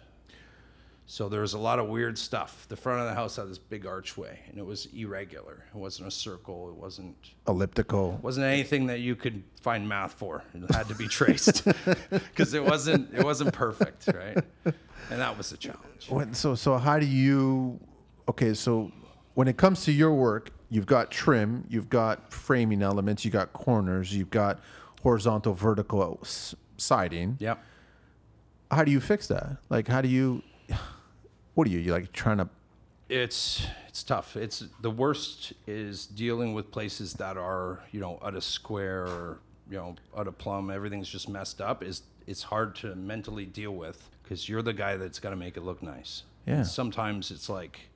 so there was a lot of weird stuff. The front of the house had this big archway, and it was irregular. It wasn't a circle. It wasn't
Elliptical.
wasn't anything that you could find math for. It had to be traced because it wasn't it wasn't perfect, right? And that was the challenge.
When, so so how do you? Okay, so when it comes to your work, you've got trim, you've got framing elements, you got corners, you've got horizontal, vertical s- siding.
Yep.
How do you fix that? Like, how do you? What are you? You like trying to?
it's it's tough. It's the worst is dealing with places that are you know out of square or you know out of plumb. Everything's just messed up. Is it's hard to mentally deal with because you're the guy that's got to make it look nice.
Yeah.
And sometimes it's like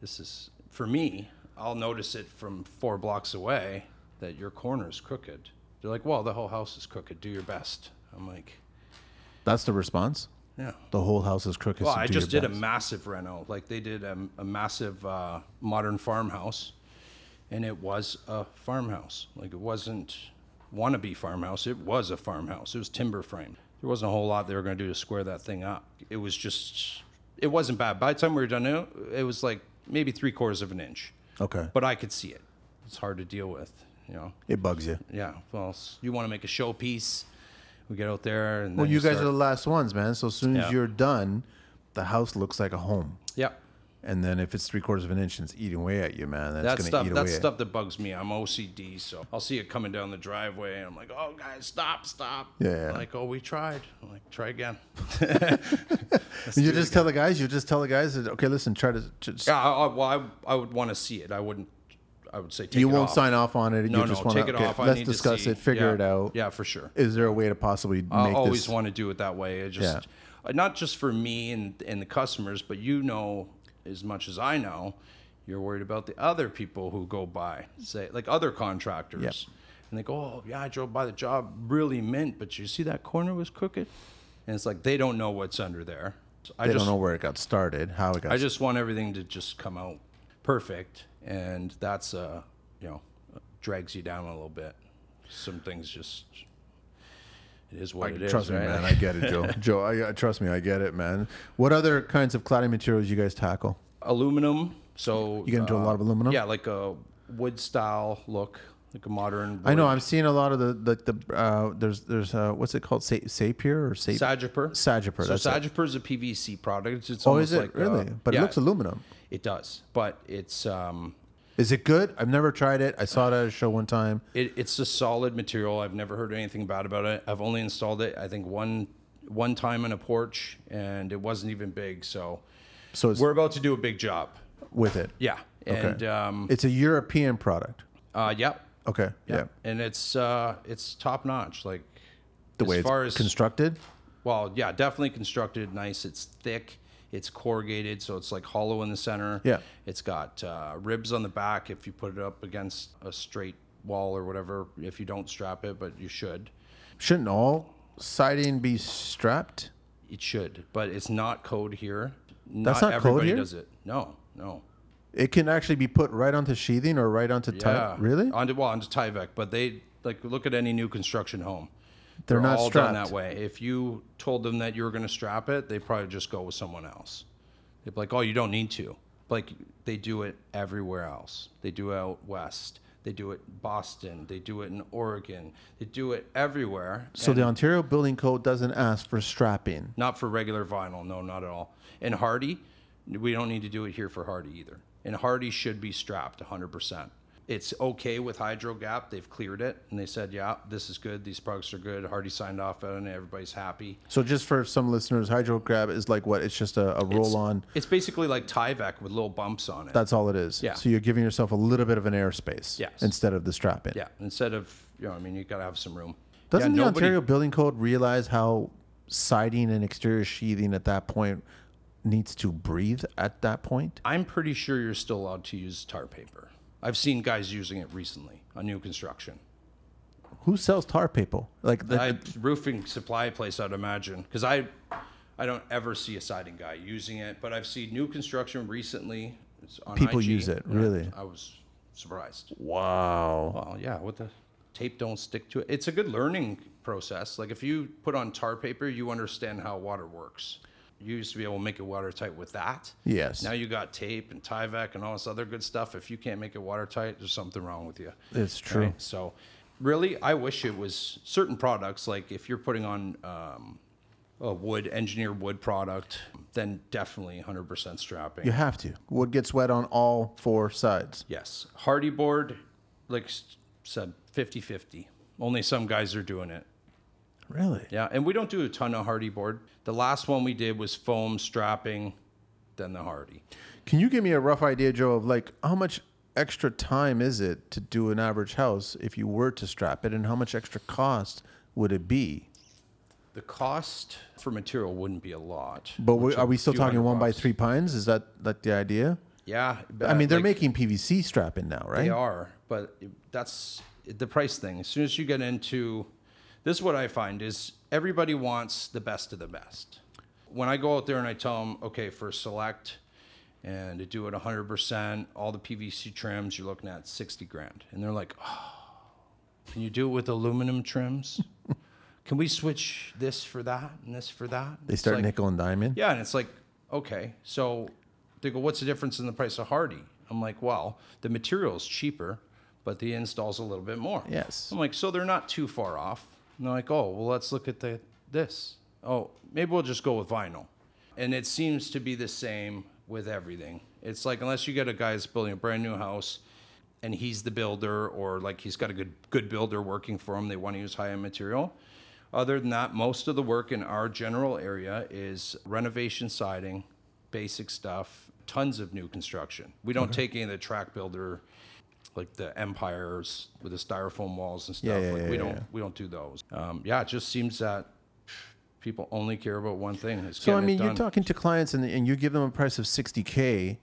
this is for me. I'll notice it from four blocks away that your corner is crooked. They're like, well, the whole house is crooked. Do your best. I'm like,
That's the response.
yeah.
The whole house is crooked.
Well,
so
I
do your
just did a
best.
massive reno. Like they did a, a massive uh, modern farmhouse, and it was a farmhouse. Like it wasn't wannabe farmhouse. It was a farmhouse. It was timber framed. There wasn't a whole lot they were going to do to square that thing up. It was just, it wasn't bad. By the time we were done, it, it was like maybe three quarters of an inch,
Okay,
but I could see it. It's hard to deal with, you know.
it bugs you.
Yeah. Well, s- you want to make a showpiece. We get out there, and then
Well, you guys are
start-
the last ones, man. So as soon as
Yeah.
you're done, the house looks like a home.
yeah.
And then if it's three quarters of an inch, it's eating away at you, man. That's,
That
gonna
stuff,
eat away.
that's
at-
stuff that bugs me. I'm OCD, so I'll see it coming down the driveway, and I'm like, "Oh, guys, stop, stop!"
Yeah.
Like, oh, we tried. I'm like, try again.
you just tell the guys. You just tell the guys that okay, listen, try to. Just,
Yeah. I, I, well, I, I would want to see it. I wouldn't. I would say take
you
it
won't
off.
sign off on it.
No,
you
no,
just wanna,
take it
okay,
off. I
Let's
need
discuss
to see.
it. Figure
Yeah.
it out.
Yeah, for sure.
Is there a way to possibly make
I always
this?
want to do it that way. It just uh, not just for me and and the customers, but you know as much as I know, you're worried about the other people who go by, say like other contractors. And they go, "Oh, yeah, I drove by the job really mint, but you see that corner was crooked?" And it's like they don't know what's under there. So I
they
just
don't know where it got started, how it got.
I just want everything to just come out perfect, and that's uh, you know, drags you down a little bit. Some things just it is what it is.
trust me,
right?
man. I get it, Joe. Joe, I, I trust me. I get it, man. What other kinds of cladding materials you guys tackle?
aluminum. So
You get into a
uh,
lot of aluminum.
Yeah, like a wood style look, like a modern.
I know.
wood.
I'm seeing a lot of the like the, uh, there's there's uh, what's it called? Sa- Sapir or Sa-
Sagiper.
Sagiper.
so
that's it.
Sagiper is a PVC product. It's
Oh,
almost
is it
like uh,
really? but
yeah,
it looks aluminum.
It does, but it's um,
Is it good? I've never tried it. I saw it at a show one time.
it, it's a solid material. I've never heard anything bad about it. I've only installed it, I think one one time on a porch, and it wasn't even big. So
So it's
we're about to do a big job.
with it.
Yeah, and um,
It's a European product.
uh, yep.
Okay. Yeah.
and it's uh, it's top notch. Like
The
as
way
far
it's
as
constructed.
Well, yeah, definitely constructed nice. It's thick. It's corrugated, so it's like hollow in the center.
Yeah.
It's got uh, ribs on the back if you put it up against a straight wall or whatever, if you don't strap it, but you should.
Shouldn't all siding be strapped?
It should, but it's not code here.
That's not code
everybody
here?
does it. No, no.
It can actually be put right onto sheathing or right onto yeah.
Yeah.
Really?
Onto, well, onto Tyvek, but they, like, look at any new construction home.
They're not
all done
strapped.
that way. If you told them that you were going to strap it, they probably just go with someone else. They'd be like, "Oh, you don't need to." Like they do it everywhere else. They do it out west. They do it Boston. They do it in Oregon. They do it everywhere.
So the Ontario Building Code doesn't ask for strapping.
Not for regular vinyl, no, not at all. And Hardy, we don't need to do it here for Hardy either. And Hardy should be strapped 100%. It's okay with Hydro Gap. They've cleared it and they said, yeah, this is good. These products are good. Hardy signed off on it. Everybody's happy.
So just for some listeners, hydro grab is like what? It's just a, a roll on.
It's basically like Tyvek with little bumps on it.
That's all it is.
Yeah.
So you're giving yourself a little bit of an airspace
Yes.
instead of the strapping.
yeah, instead of, you know, I mean, you got to have some room.
Doesn't
yeah,
the
nobody-
Ontario Building Code realize how siding and exterior sheathing at that point needs to breathe at that point?
I'm pretty sure you're still allowed to use tar paper. I've seen guys using it recently on new construction.
Who sells tar paper? Like the,
I, roofing supply place, I'd imagine, because I, I don't ever see a siding guy using it, but I've seen new construction recently. It's on
People
IG,
use it,
and I-
really?
I was surprised.
wow.
Well, yeah, with the tape don't stick to it. It's a good learning process. Like if you put on tar paper, you understand how water works. You used to be able to make it watertight with that.
Yes.
Now you got tape and Tyvek and all this other good stuff. If you can't make it watertight, there's something wrong with you.
It's true.
Right? So, really, I wish it was certain products. Like if you're putting on um, a wood engineered wood product, then definitely 100% strapping.
You have to. Wood gets wet on all four sides.
Yes. Hardy board, like s- said, 50 50. Only some guys are doing it.
Really?
Yeah. And we don't do a ton of hardy board. The last one we did was foam strapping, then the hardy.
Can you give me a rough idea, Joe, of like how much extra time is it to do an average house if you were to strap it, and how much extra cost would it be?
The cost for material wouldn't be a lot.
But we, are we still
few
talking
hundred
one by
bucks.
three pines? Is that like the idea?
Yeah.
I mean, they're
making.
making PVC strapping now,
They
right?
are, but that's the price thing. As soon as you get into this, is what I find is everybody wants the best of the best. When I go out there and I tell them, okay, for select and to do it 100%, all the PVC trims, you're looking at 60 grand. And they're like, oh, can you do it with aluminum trims? can we switch this for that and this for that?
They start nickel and diamond.
Yeah, and it's like, okay, so they go, what's the difference in the price of Hardy? I'm like, well, the material's cheaper, but the install's a little bit more.
Yes.
I'm like, so they're not too far off. And they're like, oh, well, let's look at the this. Oh, maybe we'll just go with vinyl. And it seems to be the same with everything. It's like unless you get a guy that's building a brand new house and he's the builder or like he's got a good good builder working for him, they want to use high end material. Other than that, most of the work in our general area is renovation siding, basic stuff, tons of new construction. We don't take any of the track builder like the empires with the styrofoam walls and stuff.
yeah,
like
yeah,
we
yeah,
don't
yeah.
we don't do those. Um, yeah, it just seems that people only care about one thing. It's
So I
getting
mean,
it
you're
done.
talking to clients and, and you give them a price of 60k.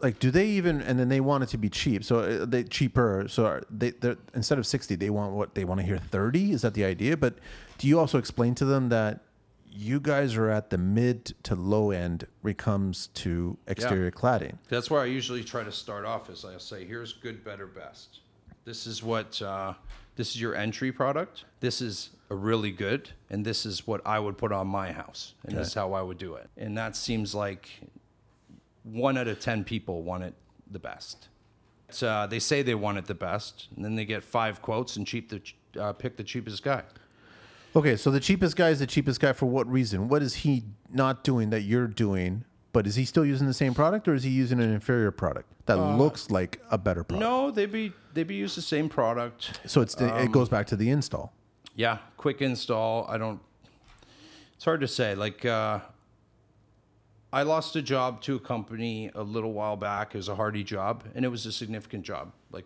Like, do they even? And then they want it to be cheap, so uh, they cheaper. So are they they're, instead of 60, they want what they want to hear 30. Is that the idea? But do you also explain to them that you guys are at the mid to low end when it comes to exterior cladding?
That's where I usually try to start off. Is I'll say, here's good, better, best. This is what uh, this is your entry product. This is a really good, and this is what I would put on my house, and this is how I would do it. And that seems like one out of ten people want it the best. It's, uh, they say they want it the best, and then they get five quotes and cheap the uh, pick the cheapest guy.
Okay, so the cheapest guy is the cheapest guy for what reason? What is he not doing that you're doing? But is he still using the same product, or is he using an inferior product that
Uh,
looks like a better product?
No, they be they be use the same product.
So it's the, it
Um,
goes back to the install.
Yeah, quick install. I don't. It's hard to say. Like, uh, I lost a job to a company a little while back. It was a hardy job, and it was a significant job. Like,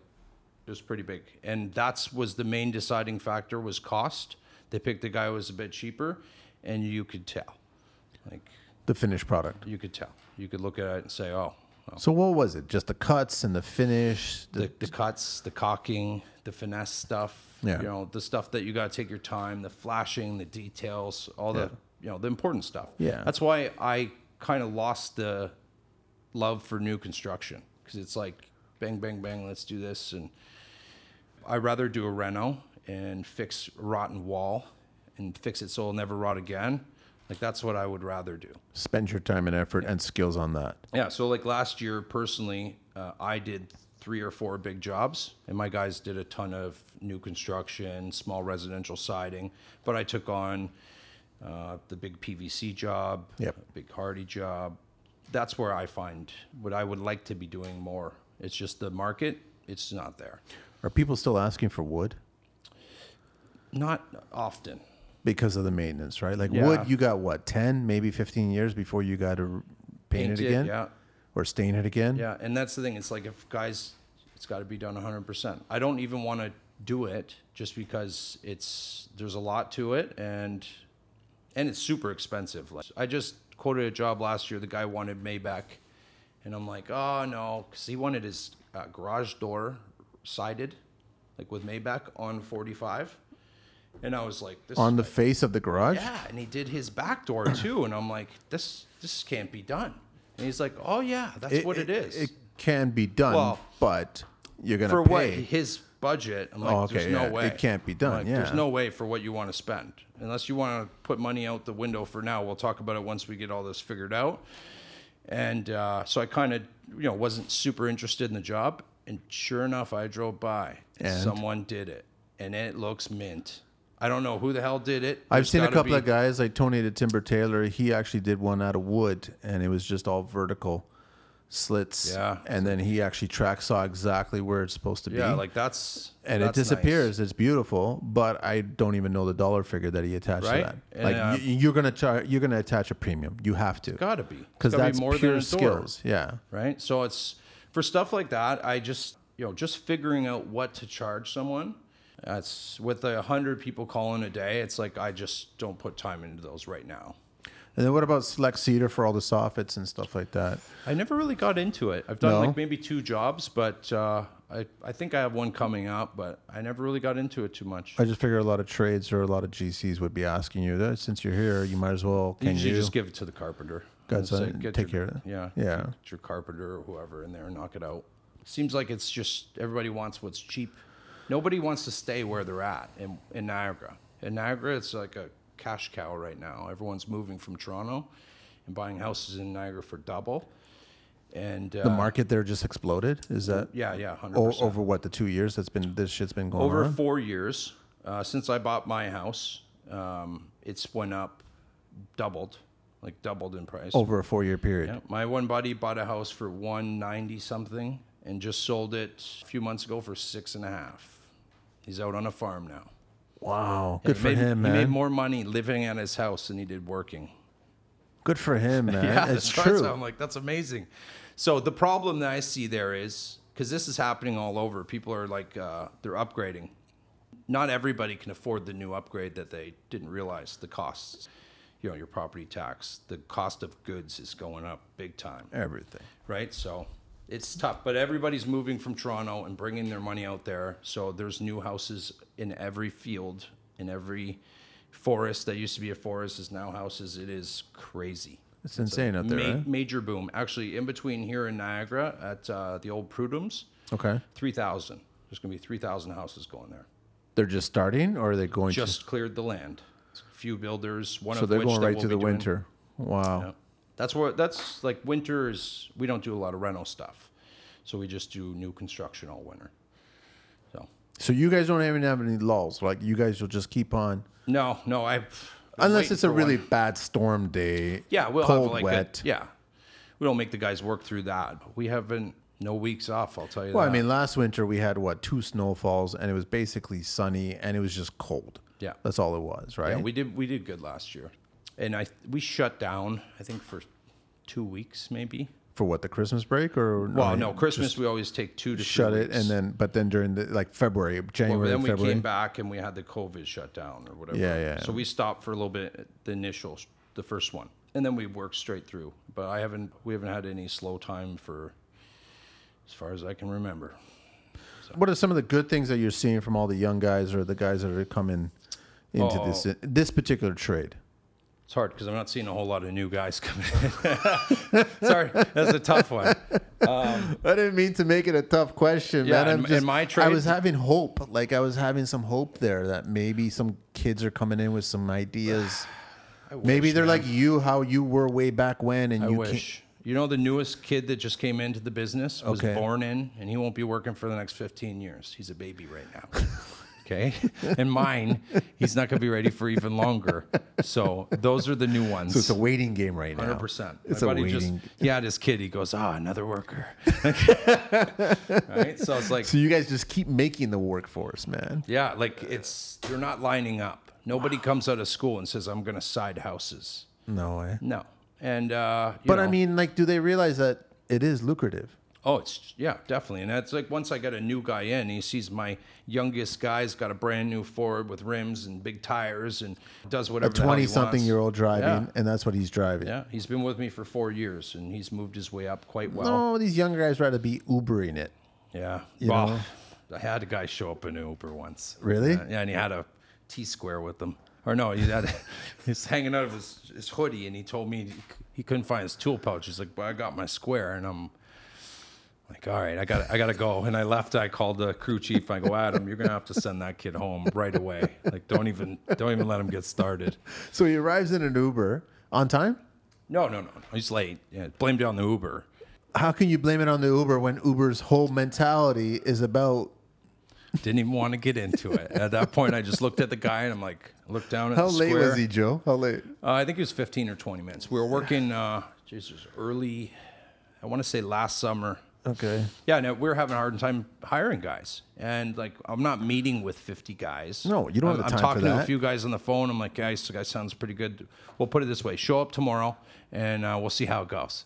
it was pretty big, and that's was the main deciding factor was cost. They picked the guy who was a bit cheaper, and you could tell. Like,
The finished product.
you could tell. You could look at it and say, "Oh, well,
So what was it? Just the cuts and the finish. The,
the, the cuts, the cocking, the finesse stuff.
Yeah.
You know, the stuff that you got to take your time, the flashing, the details, all the, you know, the important stuff.
Yeah.
That's why I kind of lost the love for new construction because it's like bang, bang, bang, let's do this. And I'd rather do a reno and fix a rotten wall and fix it so it'll never rot again. Like that's what I would rather do.
spend your time and effort and skills on that.
Yeah, so like last year, personally, uh, I did three or four big jobs, and my guys did a ton of new construction, small residential siding. But I took on uh, the big PVC job,
Yep.
big Hardy job. That's where I find what I would like to be doing more. It's just the market; it's not there,
Are people still asking for wood
not often.
because of the maintenance, right? Like
Yeah.
wood, you got what ten, maybe fifteen years before you got to r- paint,
Paint
it
it,
again,
yeah.
or stain it again.
Yeah, and that's the thing. It's like if guys, it's got to be done 100%. I don't even want to do it just because it's there's a lot to it and and it's super expensive. Like I just quoted a job last year. The guy wanted Maybach, and I'm like, oh no, because he wanted his uh, garage door sided, like with Maybach on 45, and I was like, this
on the face of the garage.
yeah, and he did his back door too, and I'm like, this this can't be done. And he's like, oh yeah, that's what it is.
It can be done,
Well,
but you're gonna
for
pay.
what his budget. I'm like,
Oh, okay,
there's no
yeah,
way
it can't be
I'm
done,
Like, there's
yeah.
no way for what you want to spend unless you want to put money out the window for now. We'll talk about it once we get all this figured out. And uh, so I kind of, you know, wasn't super interested in the job. And sure enough, I drove by and,
And?
someone did it, and it looks mint. I don't know who the hell did it.
I've
There's
seen a
gotta
couple
be-
of guys like Tony the Timber Taylor. He actually did one out of wood, and it was just all vertical slits.
Yeah.
And then he actually track saw exactly where it's supposed to be.
Yeah, like that's
and it
that's nice.
disappears. It's beautiful, but I don't even know the dollar figure that he attached
Right?
to that.
And,
Like
uh,
y- you're gonna charge, you're gonna attach a premium. You have to
Gotta be
because
Gotta be
that's
more than
pure
a door.
skills. Yeah.
right? So it's for stuff like that. I just you know just figuring out what to charge someone. That's with a hundred people calling a day. It's like I just don't put time into those right now.
And then what about select cedar for all the soffits and stuff like that?
I never really got into it. I've done
No?
like maybe two jobs, but uh, I I think I have one coming up, but I never really got into it too much.
I just figure a lot of trades or a lot of GCs would be asking you that since you're here, you might as well. Can
Usually
you
just give it to the carpenter.
Got
And say,
some-
"Get
take
your-
care of it."
Yeah,
Yeah.
Get your carpenter or whoever in there, and knock it out. Seems like it's just everybody wants what's cheap. Nobody wants to stay where they're at in, in Niagara. In Niagara, it's like a cash cow right now. Everyone's moving from Toronto and buying houses in Niagara for double. And uh,
the Oh, market there just exploded? Is that
yeah, yeah, hundred
o-
percent
over what the two years that's been this shit's been going
over
on?
four years uh, since I bought my house. Um, it's went up, doubled, like doubled in price.
over a four year period.
Yeah, my one buddy bought a house for one ninety something and just sold it a few months ago for six and a half. He's out on a farm now.
Wow, good
He
for
made-
him, man.
He made more money living at his house than he did working.
Good for him, man. it's
that's right. So
true.
I'm like, that's amazing. So the problem that I see there is because this is happening all over. People are like, uh, they're upgrading. Not everybody can afford the new upgrade that they didn't realize the costs. You know, your property tax, the cost of goods is going up big time
Everything.
right? So it's tough, but everybody's moving from Toronto and bringing their money out there. So there's new houses in every field, in every forest that used to be a forest is now houses. It is crazy.
It's insane out there. eh?
Ma-
right?
Major boom. Actually, in between here and Niagara at uh, the old Prudums,
Okay,
3,000. There's going to be 3,000 houses going there.
they're just starting, or are they going?
Just cleared the land. A few builders, one
to, so
of
they're
which
going
that
right
we'll
to
be
the
doing-
winter. Wow.
yeah. That's where that's like winter is we don't do a lot of rental stuff. So we just do new construction all winter. So
So you guys don't even have any lulls. Like you guys will just keep on,
no, no, I
unless it's a really bad storm day.
Yeah, we'll
cold,
have like a-
wet.
yeah. We don't make the guys work through that. But we haven't no weeks off, I'll tell you
Well,
that.
I mean, last winter we had what two snowfalls, and it was basically sunny, and it was just cold.
Yeah.
that's all it was, right?
Yeah, we did we did good last year. And I we shut down I think for 2 weeks maybe.
For what the Christmas break or
Well, no, Christmas we always take 2 to three
shut it,
weeks.
and then but then during the like February, January,
But then we
February.
came back and we had the COVID shutdown or whatever.
Yeah, yeah.
So we stopped for a little bit at the initial, the first one, and then we worked straight through. But I haven't, we haven't had any slow time for, as far as I can remember.
What are some of the good things that you're seeing from all the young guys or the guys that are coming into
Oh.
this this particular trade?
It's hard because I'm not seeing a whole lot of new guys coming in. Sorry, that's a tough one.
I didn't mean to make it a tough question,
Yeah,
man. I'm
in- in
just,
my
I
trade-
was having hope, like I was having some hope there that maybe some kids are coming in with some ideas.
I wish,
maybe they're
man.
like you, how you were way back when, and
I
you can't.
wish. You know, the newest kid that just came into the business was
Okay.
born in, and he won't be working for the next 15 years. He's a baby right now. Okay. and mine, he's not going to be ready for even longer. So those are the new ones.
So it's a waiting game right now.
100%.
It's
My
a
buddy just,
waiting.
he had his kid. He goes, ah, another worker. right. So it's like,
So you guys just keep making the workforce, man.
yeah, like it's, you're not lining up. Nobody comes out of school and says, I'm going to side houses.
No way.
No. And, uh, you
But I
know,
mean, like, do they realize that it is lucrative?
Oh, it's yeah, definitely. And that's like once I got a new guy in, he sees my youngest guy's got a brand new Ford with rims and big tires and does
A
whatever. the hell he
twenty something
wants.
year old driving,
Yeah.
and that's what he's driving.
Yeah, he's been with me for four years and he's moved his way up quite well.
No, Oh, these younger guys rather be Ubering it.
Yeah.
You
Well,
know?
I had a guy show up in an Uber once.
Really?
Uh, yeah, and he had a T square with him. Or no, he had he's hanging out of his, his hoodie, and he told me he couldn't find his tool pouch. He's like, "But I got my square," and I'm like, "All right, I got I got to go." And I left. I called the crew chief. I go, "Adam, you're gonna have to send that kid home right away. Like, don't even don't even let him get started."
So he arrives in an Uber on time.
No, no, no, no. He's late. Yeah, blamed it on the Uber.
How can you blame it on the Uber when Uber's whole mentality is about
Didn't even want to get into it. At that point, I just looked at the guy and I'm like, looked down at
how
the
late
square.
was he, Joe? How late?
Uh, I think it was 15 or 20 minutes. We were working, uh, Jesus, early, I want to say last summer.
Okay.
Yeah, no, we were having a hard time hiring guys. And like, I'm not meeting with 50 guys.
No, you don't
I'm,
have the
I'm
time for
talking to
that.
a few guys on the phone. I'm like, guys, the guy sounds pretty good. We'll put it this way show up tomorrow and uh, we'll see how it goes.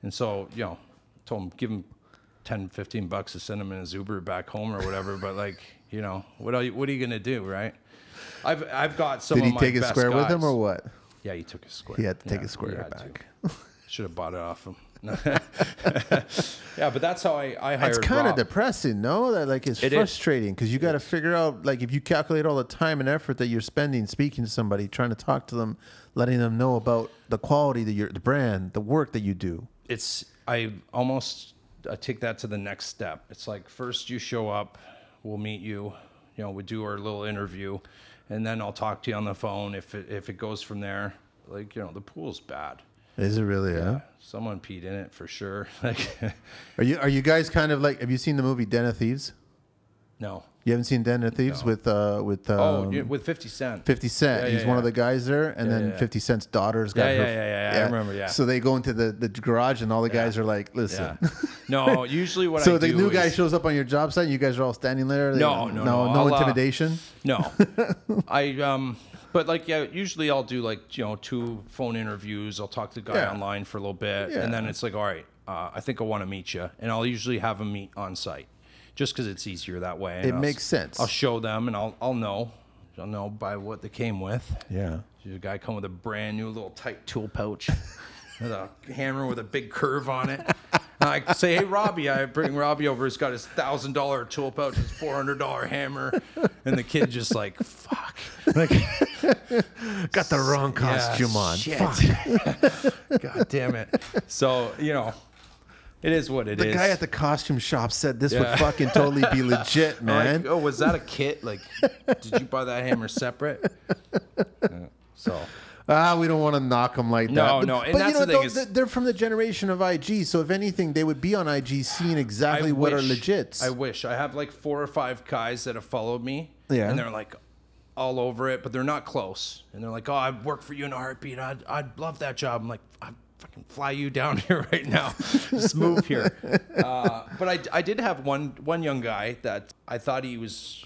And so, you know, told him, give him 10, 15 bucks to send him in his Uber back home or whatever. but like, you know, what are you, what are you going to do, right? I've, I've got some
Did
of
he
my
take his
best
square with him
guys.
or what?
Yeah, he took his square.
He had to take
Yeah,
his
he
square
had
back.
to. Should have bought it off him. yeah, but that's how I, I hired
It's kind
Rob.
of depressing, no? That like it's
It is.
frustrating because you got to figure out like if you calculate all the time and effort that you're spending speaking to somebody, trying to talk to them, letting them know about the quality that your the brand, the work that you do.
it's I almost I take that to the next step. It's like first you show up, we'll meet you, you know, we do our little interview, and then I'll talk to you on the phone if it, if it goes from there. Like you know, the pool's bad.
Is it really? Huh?
Someone peed in it for sure. Like,
Are you are you guys kind of like? Have you seen the movie Den of Thieves?
no.
You haven't seen Den of Thieves with uh with um,
Oh, yeah, with Fifty Cent.
Fifty Cent.
Yeah,
He's
yeah,
one
yeah.
of the guys there, and then
yeah, yeah.
Fifty Cent's daughter's got
Yeah,
her.
yeah, yeah, yeah, I remember, yeah.
So they go into the, the garage, and all the guys are like,
Yeah.
"Listen."
No, usually what
So
I
the
do
new
is,
guy shows up on your job site, and you guys are all standing there. They-
No, no, no,
no
I'll, uh,
intimidation.
No, I um, but like yeah, usually I'll do like you know two phone interviews. I'll talk to the guy
Yeah.
online for a little bit,
Yeah.
and then it's like all right, uh, I think I want to meet you, and I'll usually have him meet on site, just because it's easier that way. and
It
I'll s-
makes sense.
I'll show them, and I'll I'll know, I'll know by what they came with.
yeah.
There's a guy come with a brand new little tight tool pouch with a hammer with a big curve on it. And I say, hey, Robbie, I bring Robbie over. He's got his $1,000 tool pouch, his $400 hammer. And the kid just like, fuck.
Got the wrong
Yeah,
costume on.
shit.
Fuck.
God damn it. So, you know, it is what it is.
The guy at the costume shop said this
Yeah.
would fucking totally be legit,
Like,
man.
oh, was that a kit? Like, did you buy that hammer separate? Yeah, So,
Ah, we don't want to knock them like that.
No, no, and that's the
though,
thing is-
th- they're from the generation of IG, so if anything, they would be on IG seeing exactly what are
wish-
legits.
I wish I have like four or five guys that have followed me.
Yeah.
and they're like all over it, but they're not close. And they're like, "Oh, I'd work for you in a heartbeat. I'd I'd love that job." I'm like, "I'd fucking fly you down here right now. Just move here." Uh, but I I did have one one young guy that I thought he was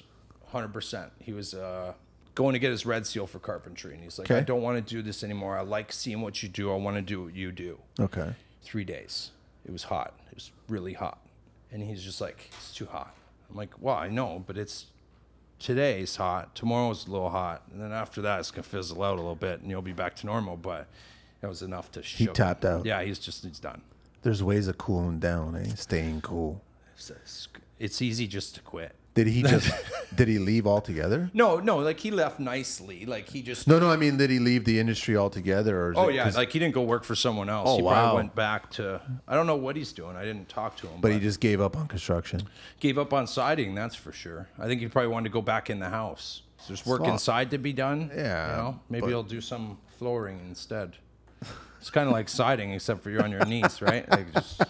100. percent He was uh. Going to get his red seal for carpentry, and he's like,
Okay.
"I don't want to do this anymore. I like seeing what you do. I want to do what you do."
okay.
three days. It was hot. It was really hot. And he's just like, it's too hot. I'm like, well, I know, but it's today's hot. Tomorrow's a little hot. And then after that, it's going to fizzle out a little bit and you'll be back to normal. But that was enough to show.
tapped out.
Yeah, he's just, he's done.
There's ways of cooling down, eh? Staying cool.
It's, it's- it's easy just to quit.
Did he just? did he leave altogether?
No, no, like he left nicely. Like he just.
No, no. I mean, did he leave the industry altogether? Or is
Oh
it-
yeah,
'cause-
like he didn't go work for someone else.
Oh,
he
wow.
probably went back to I don't know what he's doing. I didn't talk to him.
but he just gave up on construction.
gave up on siding that's for sure i think he probably wanted to go back in the house there's work
Fuck.
inside to be done
Yeah,
you know maybe
but-
he'll do some flooring instead it's kind of like siding except for you're on your knees right like just,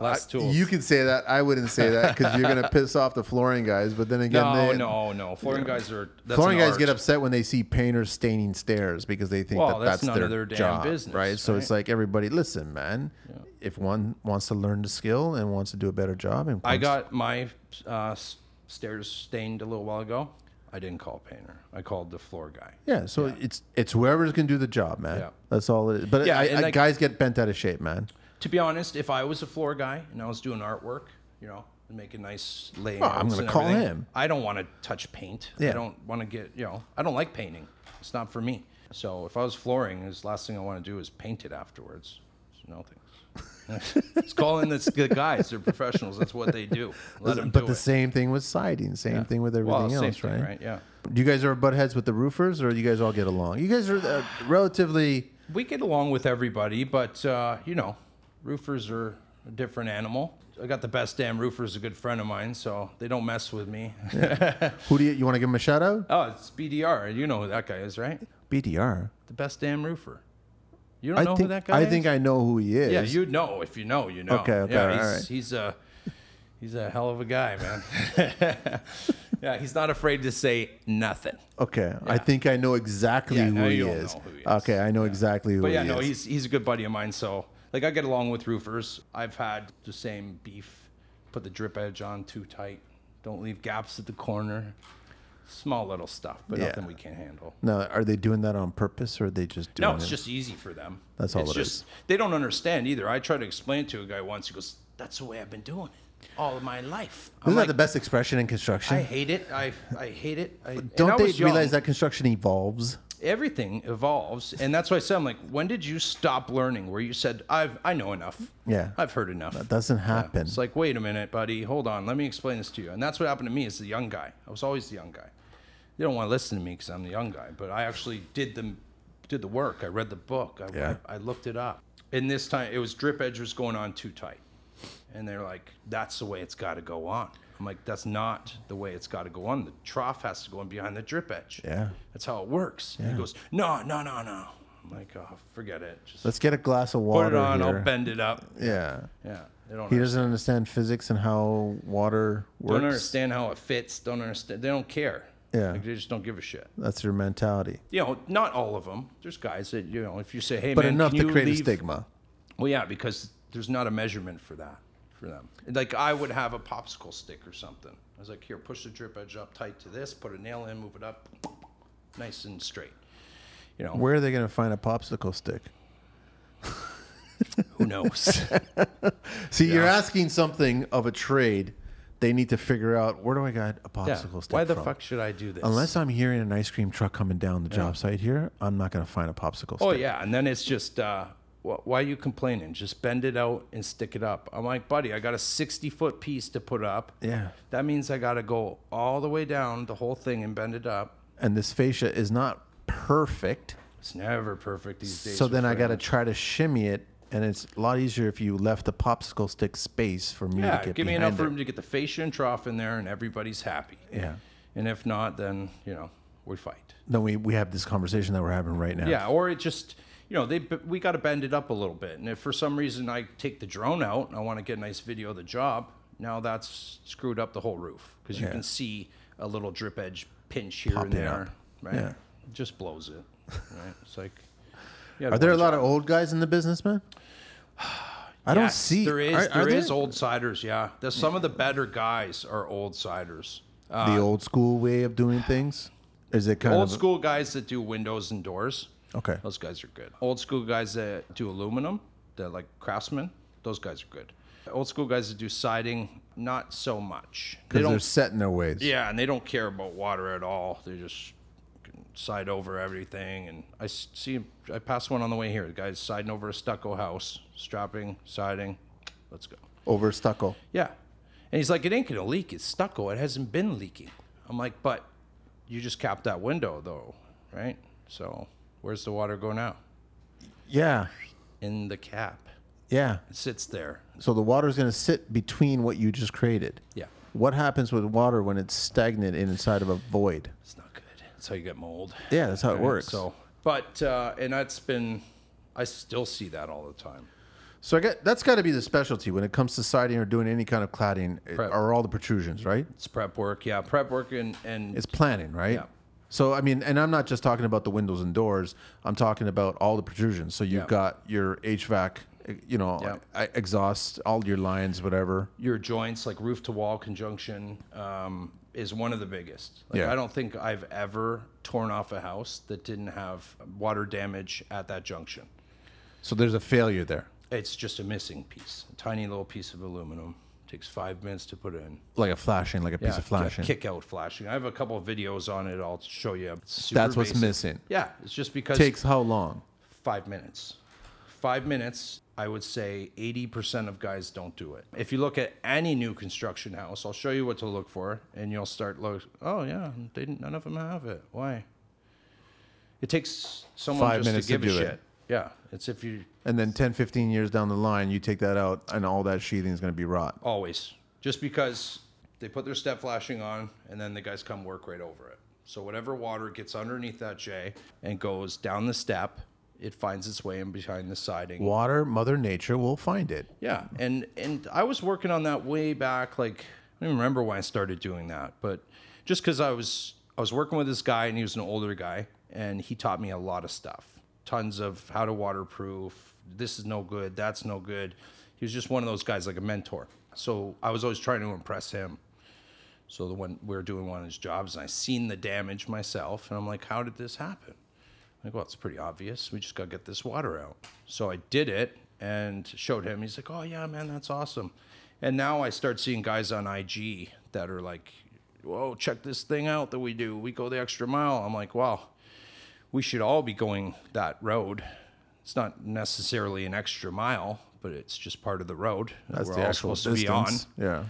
last tool
You can say that. I wouldn't say that because you're gonna piss off the flooring guys. But then again,
no
they,
no no flooring guys are that's
Flooring
an
guys get
art.
upset when they see painters staining stairs because they think
Well,
that that's,
that's none
their,
of their damn
job,
business,
right? So it's like everybody, listen, man. If one wants to learn the skill and wants to do a better job, and
i
wants-
got my uh, s- stairs stained a little while ago i didn't call a painter i called the floor guy
yeah. So it's it's whoever's gonna do the job, man.
Yeah.
That's all it is. But
Yeah,
I,
and
I,
like-
guys get bent out of shape, man.
to be honest, if I was a floor guy and I was doing artwork, you know, and making nice layouts,
Oh, I'm gonna
and
call
everything,
him.
I don't want to touch paint.
Yeah.
I don't want to get you know. I don't like painting. It's not for me. So if I was flooring, his last thing I want to do is paint it afterwards. So no thanks. it's calling this the guys. They're professionals. That's what they do. Let them
but
do
the
it.
same thing with siding, same thing with everything
Well,
else,
same thing,
right?
right? Yeah.
Do you guys ever butt heads with the roofers, or do you guys all get along? You guys are uh, relatively
We get along with everybody, but uh, you know, roofers are a different animal. I got the best damn roofer's a good friend of mine, so they don't mess with me.
Who do you, you want to give him a shout out?
oh, it's BDR. You know who that guy is, right?
BDR.
The best damn roofer. You don't
I
know
think
who that guy
I
is?
think I know who he is.
Yeah, you know if you know, you know.
Okay, okay,
yeah,
all
he's,
right.
he's a he's a hell of a guy, man. yeah, he's not afraid to say nothing.
okay, I think I know exactly
Yeah,
who,
now
he
you'll
is.
know who he is.
Okay, I know exactly who
But yeah,
he
no,
is.
he's he's a good buddy of mine. So like, I get along with roofers. I've had the same beef. Put the drip edge on too tight. Don't leave gaps at the corner. Small little stuff, but
Yeah.
nothing we can't handle.
Now, are they doing that on purpose, or are they just doing
No, it's
it?
just easy for them.
That's all
it's
it
just,
is.
They don't understand either. I tried to explain it to a guy once. He goes, "That's the way I've been doing it all of my life." I'm
Isn't
like,
that the best expression in construction?
I hate it. I I hate it. I, and I
Don't they
was young.
realize that construction evolves?
everything evolves and that's why i said i'm like when did you stop learning where you said i've i know enough
Yeah.
i've heard enough that
doesn't happen.
it's like wait a minute buddy hold on let me explain this to you and that's what happened to me as the young guy i was always the young guy they don't want to listen to me because i'm the young guy but i actually did the did the work i read the book i,
Yeah.
I, I looked it up and this time it was drip edge was going on too tight and they're like that's the way it's got to go on i'm like that's not the way it's got to go on the trough has to go in behind the drip edge
Yeah.
that's how it works. And he goes, no, no, no, no. I'm like, oh, forget it. Just
Let's get a glass of
put
water
it on.
here.
I'll bend it up.
Yeah.
Yeah, they don't.
He
Understand.
doesn't understand physics and how water works.
Don't understand how it fits. Don't understand. They don't care.
Yeah.
like, they just don't give a shit.
That's their mentality.
You know, not all of them. There's guys that you know, if you say, hey,
But
man,
enough
can
to
you
create
leave?
a stigma.
Well, yeah, because there's not a measurement for that for them. Like I would have a popsicle stick or something. I was like, here, push the drip edge up tight to this. Put a nail in. Move it up, nice and straight. You know,
Where are they going to find a popsicle stick?
who knows?
See, you're asking something of a trade. They need to figure out where do I got a
Yeah.
popsicle stick?
Why the
from?
fuck should I do this?
Unless I'm hearing an ice cream truck coming down the job site here, I'm not going to find a popsicle
Oh
stick.
yeah, and then it's just uh, wh- why are you complaining? Just bend it out and stick it up. I'm like, buddy, I got a 60 foot piece to put up.
Yeah.
That means I got to go all the way down the whole thing and bend it up.
And this fascia is not perfect.
It's never perfect these days.
So
with
then I got to
frames.
try to shimmy it, and it's a lot easier if you left the popsicle stick space for me to
yeah,
get
give me
behind
enough
it.
room to get the fascia and trough in there, and everybody's happy.
Yeah.
And if not, then you know we fight.
Then we, we have this conversation that we're having right now.
Yeah, or it just you know they but we got to bend it up a little bit, and if for some reason I take the drone out and I want to get a nice video of the job, now that's screwed up the whole roof because you
Yeah.
can see a little drip edge pinch here and
Popping
there,
up.
right?
Yeah.
It just blows it. Right? It's like, you
Are there a lot of old guys in the business, man? I don't see.
There is
are-
there
are
is old siders. Yeah, There's some of the better guys are old siders.
the old school way of doing things. Is it kind
Old
of
school guys that do windows and doors.
Okay.
Those guys are good. Old school guys that do aluminum, they're like craftsmen. Those guys are good. Old school guys that do siding, not so much. They
Because they are
don't.
set in their ways.
Yeah, and they don't care about water at all. They just can side over everything. And I s- see, I passed one on the way here. The guy's siding over a stucco house, strapping, siding. Let's go.
Over stucco.
Yeah. And he's like, it ain't going to leak. It's stucco. It hasn't been leaking. I'm like, but you just capped that window, though, right? So where's the water go now?
Yeah.
In the cap.
Yeah.
It sits there.
So the water's going to sit between what you just created.
Yeah.
What happens with water when it's stagnant inside of a void?
It's not good. That's how you get mold.
Yeah, that's how it
Right?
works.
So, but, uh, and that's been, I still see that all the time.
So I got that's got to be the specialty when it comes to siding or doing any kind of cladding it-
Prep.
are all the protrusions, right?
It's prep work. Yeah. Prep work and, and
It's planning, right?
Yeah.
So I mean, and I'm not just talking about the windows and doors. I'm talking about all the protrusions. So you've
Yeah.
got your HVAC, you know,
Yeah.
e- exhaust, all your lines, whatever.
your joints, like roof to wall conjunction, um, is one of the biggest. Like,
Yeah.
I don't think I've ever torn off a house that didn't have water damage at that junction.
So there's a failure there.
It's just a missing piece, a tiny little piece of aluminum. Takes five minutes to put in.
Like a flashing, like a piece
Yeah,
of flashing.
Kick out flashing. I have a couple of videos on it. I'll show you. It's super
That's what's
basic.
missing.
Yeah, it's just because
Takes how long?
five minutes. Five minutes, I would say 80% of guys don't do it. If you look at any new construction house, I'll show you what to look for, and you'll start look. Oh yeah, they didn't, none of them have it. Why? It takes someone
Five
just
minutes
to
to
give a
do it.
shit. Yeah, it's if you
And then 10, 15 years down the line, you take that out and all that sheathing is going to be rot.
always just because they put their step flashing on, and then the guys come work right over it. So whatever water gets underneath that J and goes down the step, it finds its way in behind the siding.
Water, Mother Nature will find it.
Yeah, and and I was working on that way back. Like I don't even remember why I started doing that, but just because I was I was working with this guy, and he was an older guy, and he taught me a lot of stuff, tons of how to waterproof. This is no good. That's no good. He was just one of those guys, like a mentor. So I was always trying to impress him. So the one we were doing one of his jobs, and I seen the damage myself, and I'm like, how did this happen? I'm like, well, it's pretty obvious. We just gotta get this water out. So I did it and showed him. He's like, oh yeah, man, that's awesome. And now I start seeing guys on IG that are like, whoa, check this thing out that we do. We go the extra mile. I'm like, wow, we should all be going that road. It's not necessarily an extra mile, but it's just part of the road that
That's
we're
the
all
actual
supposed
distance.
to be on
Yeah.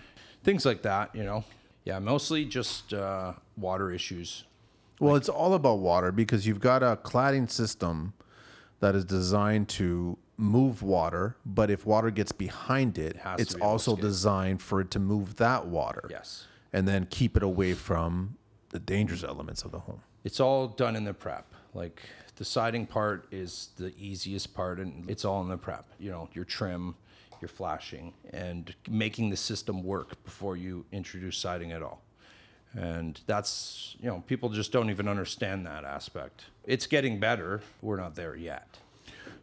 things like that, you know. Yeah, mostly just uh, water issues.
Well, it's all about water because you've got a cladding system that is designed to move water, but if water gets behind it,
has to
it's
be able to
also
escape.
designed for it to move that water.
Yes.
And then keep it away from the dangerous elements of the home.
It's all done in the prep. Like the siding part is the easiest part, and it's all in the prep. You know, your trim, your flashing, and making the system work before you introduce siding at all. And that's, you know, people just don't even understand that aspect. It's getting better. We're not there yet.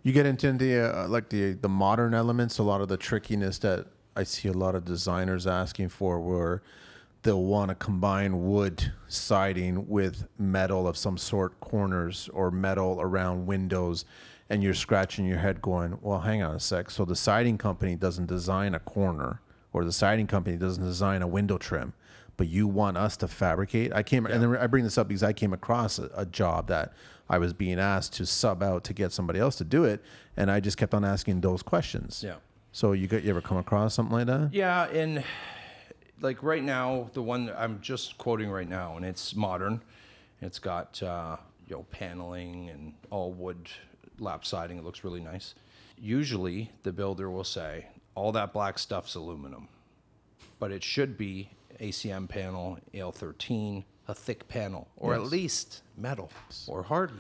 You get into the uh, like the the modern elements, a lot of the trickiness that I see a lot of designers asking for, where they'll want to combine wood siding with metal of some sort, corners or metal around windows, and you're scratching your head, going, "Well, hang on a sec." So the siding company doesn't design a corner, or the siding company doesn't design a window trim. But you want us to fabricate? I came, and then I bring this up because I came across a, a job that I was being asked to sub out to get somebody else to do it, and I just kept on asking those questions.
Yeah.
So you got you ever come across something like that?
Yeah, and like right now, the one that I'm just quoting right now, and it's modern. It's got uh, you know paneling and all wood lap siding. It looks really nice. Usually, the builder will say all that black stuff's aluminum, but it should be ACM panel, AL13, a thick panel, or at least metal or hardy,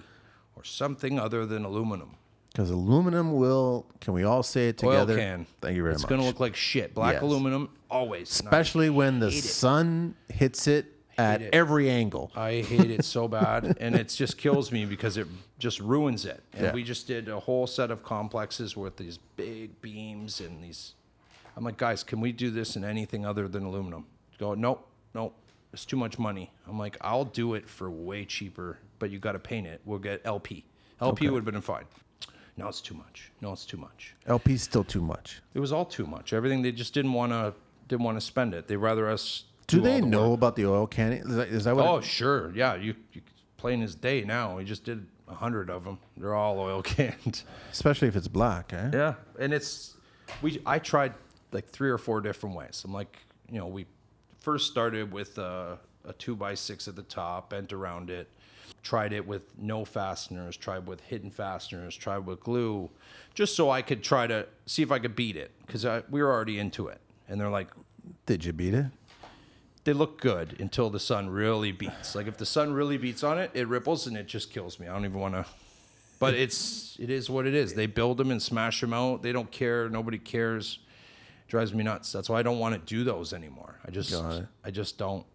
or something other than aluminum.
Because aluminum will. Can we all say it
Oil
together?
can.
Thank you very
it's
much.
It's gonna look like shit. Black
Yes.
aluminum always. not
Especially when the
Hate it.
sun hits it at
it.
every angle.
I hate it so bad, and it just kills me because it just ruins it. And
Yeah.
we just did a whole set of complexes with these big beams and these. I'm like, guys, can we do this in anything other than aluminum? Go, nope, nope, it's too much money. I'm like, I'll do it for way cheaper, but you got to paint it. We'll get LP. LP would have been fine. No, it's too much. No, it's too much.
LP's still too much.
It was all too much. Everything they just didn't want to didn't want to spend it. They rather us.
Do
all
they
the
know about the oil can? Is that, is that what?
Oh, sure. Yeah, you, you plain as day now. We just did a hundred of them. They're all oil canned.
especially if it's black, eh?
Yeah, and it's we. I tried like three or four different ways. I'm like, you know, we first started with a, a two by six at the top, bent around it. Tried it with no fasteners. Tried with hidden fasteners. Tried with glue, just so I could try to see if I could beat it because we were already into it. And they're like,
Did you beat it?
they look good until the sun really beats. Like if the sun really beats on it, it ripples and it just kills me. I don't even want to. But it's it is what it is. They build them and smash them out. They don't care. Nobody cares. Drives me nuts. That's why I don't want to do those anymore. I just I just don't.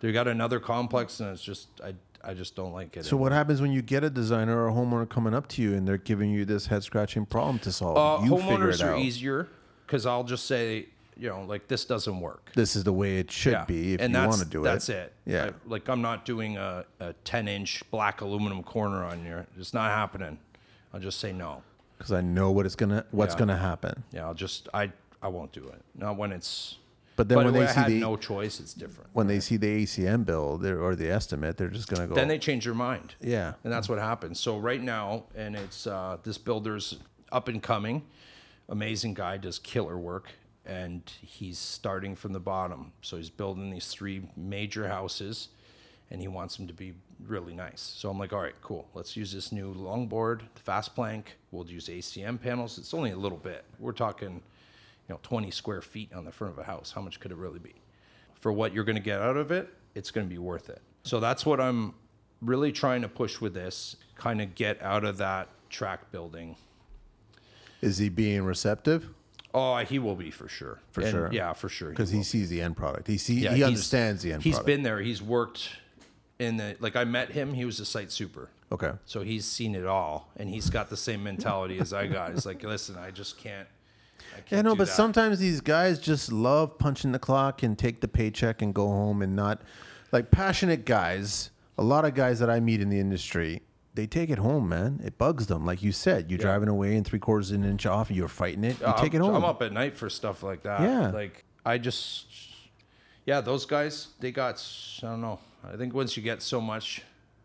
They got another complex and it's just I I just don't like it.
So what happens when you get a designer or a homeowner coming up to you and they're giving you this head scratching problem to solve?
uh,
you
homeowners are easier because I'll just say you know like this doesn't work.
This is the way it should be if
and
you
that's-
want to do
that's
it.
it.
Yeah.
I- like I'm not doing a, a 10 inch black aluminum corner on your. It's not happening. I'll just say no.
because I know what it's gonna what's
Yeah.
gonna happen.
Yeah, I'll just I I won't do it. Not when it's.
But then
but
when they
I
see
had
the
no choice, it's different.
when they see the ACM bill they're- or the estimate, they're just gonna go.
Then they change their mind.
yeah,
And that's what happens. So right now, and it's uh, this builder's up and coming, amazing guy, does killer work, and he's starting from the bottom. So he's building these three major houses, and he wants them to be really nice. So I'm like, all right, cool. Let's use this new longboard, the fast plank. We'll use ACM panels. It's only a little bit. We're talking, you know, 20 square feet on the front of a house. How much could it really be? for what you're going to get out of it, it's going to be worth it. So that's what I'm really trying to push with this, kind of get out of that track building.
is he being receptive?
Oh, he will be for sure. For
sure.
Yeah, for sure.
Because he sees the end product. He see,
Yeah,
he
he's-
understands the end
He's
product.
been there. He's worked in the, like I met him, he was a site super.
okay.
So he's seen it all and he's got the same mentality as I got. He's like, listen, I just can't. I can't
Yeah, no,
do
but
that."
sometimes these guys just love punching the clock and take the paycheck and go home and not like passionate guys. A lot of guys that I meet in the industry, they take it home, man. It bugs them. Like you said, you're driving away and three quarters of an inch off, and you're fighting it. You
I'm-
take it home.
I'm up at night for stuff like that.
Yeah.
Like I just, yeah, those guys, they got, s- I don't know. I think once you get so much,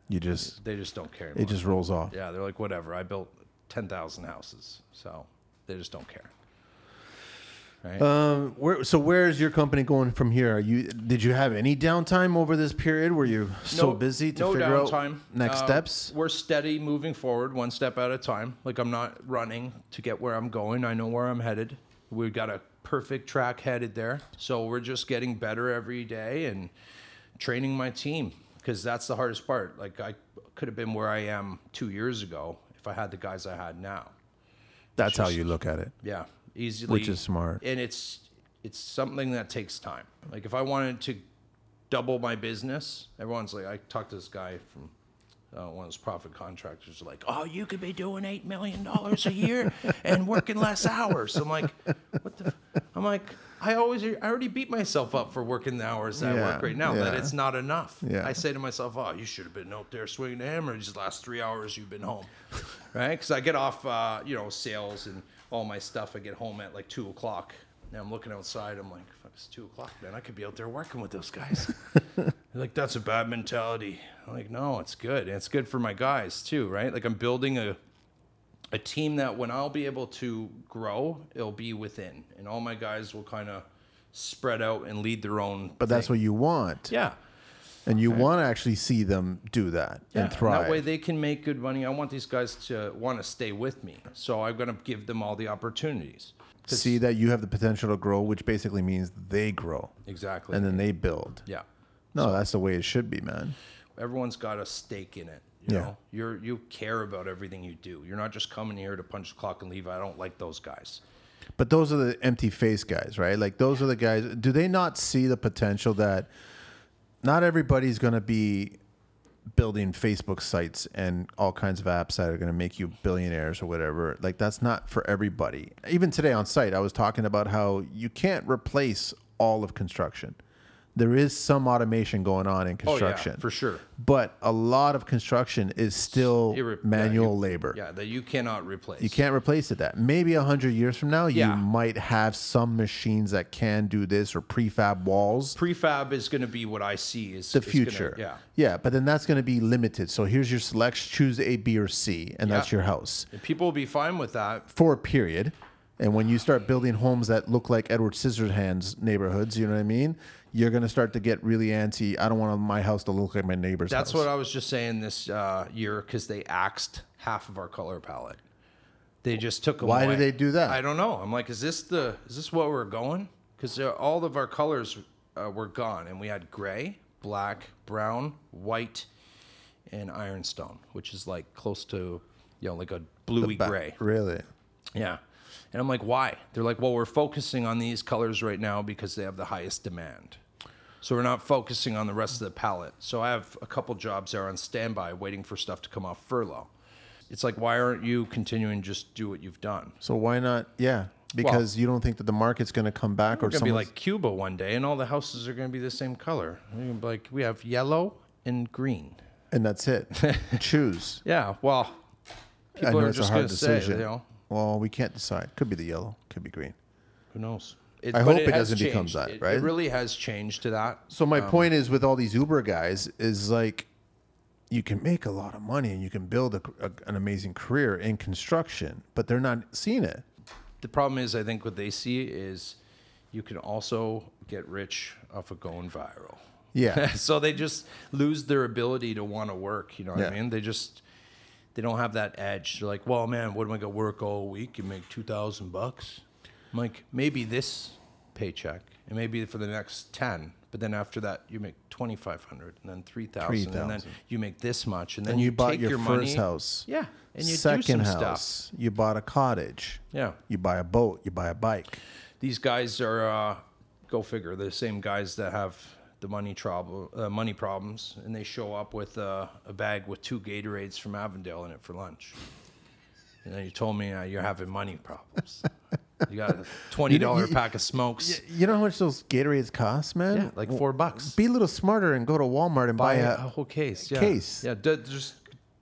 You just
they just don't care.
it
anymore.
just rolls off.
yeah, they're like, whatever. I built 10,000 houses. So they just don't care.
Um, where so where is your company going from here? Are you did you have any downtime over this period? Were you so
No-
busy to
no
figure
downtime.
out next
Uh,
steps?
We're steady moving forward, one step at a time. Like I'm not running to get where I'm going. I know where I'm headed. We've got a perfect track headed there. So we're just getting better every day and training my team because that's the hardest part. Like I could have been where I am two years ago if I had the guys I had now.
That's how you look at it.
Yeah, easily.
Which is smart.
And it's it's something that takes time. Like if I wanted to double my business, everyone's like, I talked to this guy from uh, one of those profit contractors, like, oh, you could be doing eight million dollars a year and working less hours. I'm like, what the? F-? I'm like, I always I already beat myself up for working the hours that I work
Yeah,
right now. That
yeah.
it's not enough.
Yeah.
I say to myself, oh, you should have been out there swinging the hammer these last three hours you've been home, right? Because I get off, uh, you know, sales and all my stuff. I get home at like two o'clock. Now I'm looking outside. I'm like, fuck, it's two o'clock, man. I could be out there working with those guys. They're like that's a bad mentality. I'm like, no, it's good. And it's good for my guys too, right? Like I'm building a a team that when I'll be able to grow, it'll be within, and all my guys will kind of spread out and lead their own.
But that's what you want.
yeah.
And you want to actually see them do that and thrive.
That way they can make good money. I want these guys to want to stay with me. So I'm going to give them all the opportunities.
see that you have the potential to grow, which basically means they grow
Exactly.
and then they build.
yeah.
No, that's the way it should be, man.
Everyone's got a stake in it. You
Yeah.
know, you're you care about everything you do. You're not just coming here to punch the clock and leave. I don't like those guys.
But those are the empty face guys, right? Like those are the guys. Do they not see the potential that not everybody's going to be building Facebook sites and all kinds of apps that are going to make you billionaires or whatever? Like that's not for everybody. Even today on site, I was talking about how you can't replace all of construction. There is some automation going on in
Oh yeah,
construction.
for sure.
But a lot of construction is still
Irre- yeah,
manual labor.
Yeah, that you cannot replace.
You can't replace it. That maybe a hundred years from now,
Yeah.
you might have some machines that can do this or prefab walls.
Prefab is going to be what I see is
The
is gonna-
future,
yeah.
yeah, but then that's going to be limited. So here's your selects: choose A, B, or C, and that's
Yeah.
your house
And people will be fine with that.
for a period. And when you start building homes that look like Edward Scissorhands neighborhoods, you know what I mean. You're going to start to get really antsy. I don't want my house to look like my neighbor's.
That's
house.
what I was just saying this uh, year because they axed half of our color palette. They just took 'em
Why did
away.
they do that?
I don't know. I'm like, is this the is this what we're going? Because all of our colors uh, were gone, and we had gray, black, brown, white, and ironstone, which is like close to you know like a bluey
Ba-
gray.
Really?
Yeah. And I'm like, why? They're like, well, we're focusing on these colors right now because they have the highest demand. So we're not focusing on the rest of the palette. So I have a couple jobs that are on standby waiting for stuff to come off furlough. It's like, why aren't you continuing to just do what you've done?
So why not? Yeah, because you don't think that the market's going to come back or
We're gonna
something
be like Cuba one day, and all the houses are gonna be the same color. We're gonna be like, we have yellow and green.
and that's it. choose.
Yeah, well, people
know
are
it's a
just
hard
gonna say,
decision.
you know,
Well, we can't decide. Could be the yellow. Could be green.
Who knows? It,
I
but
hope it
has
doesn't become
changed.
that,
It-
right?
It really has changed to that.
So my point is with all these Uber guys is like you can make a lot of money and you can build a, a- an amazing career in construction, but they're not seeing it.
The problem is, I think what they see is you can also get rich off of going viral.
Yeah.
so they just lose their ability to want to work. You know what I
Yeah.
mean? They just they don't have that edge. They're like, well, man, what am I gonna work all week and make two thousand bucks? I'm like, maybe this paycheck and maybe for the next ten, but then after that you make twenty five hundred and then three thousand and then
3,000.
you make this much and then
and you, bought
take
your,
your,
first
money,
house.
Yeah. And you
second
do some
house.
stuff.
You bought a cottage.
Yeah.
You buy a boat. You buy a bike.
these guys are uh, go figure the same guys that have the money trouble uh, money problems and they show up with uh, a bag with two Gatorades from Avondale in it for lunch and then you told me uh, you're having money problems you got a $20
you-
pack of smokes
You know how much those Gatorades cost, man?
yeah, like four bucks
Be a little smarter and go to Walmart and
buy
buy,
a,
a.
whole case yeah
case.
yeah d- there's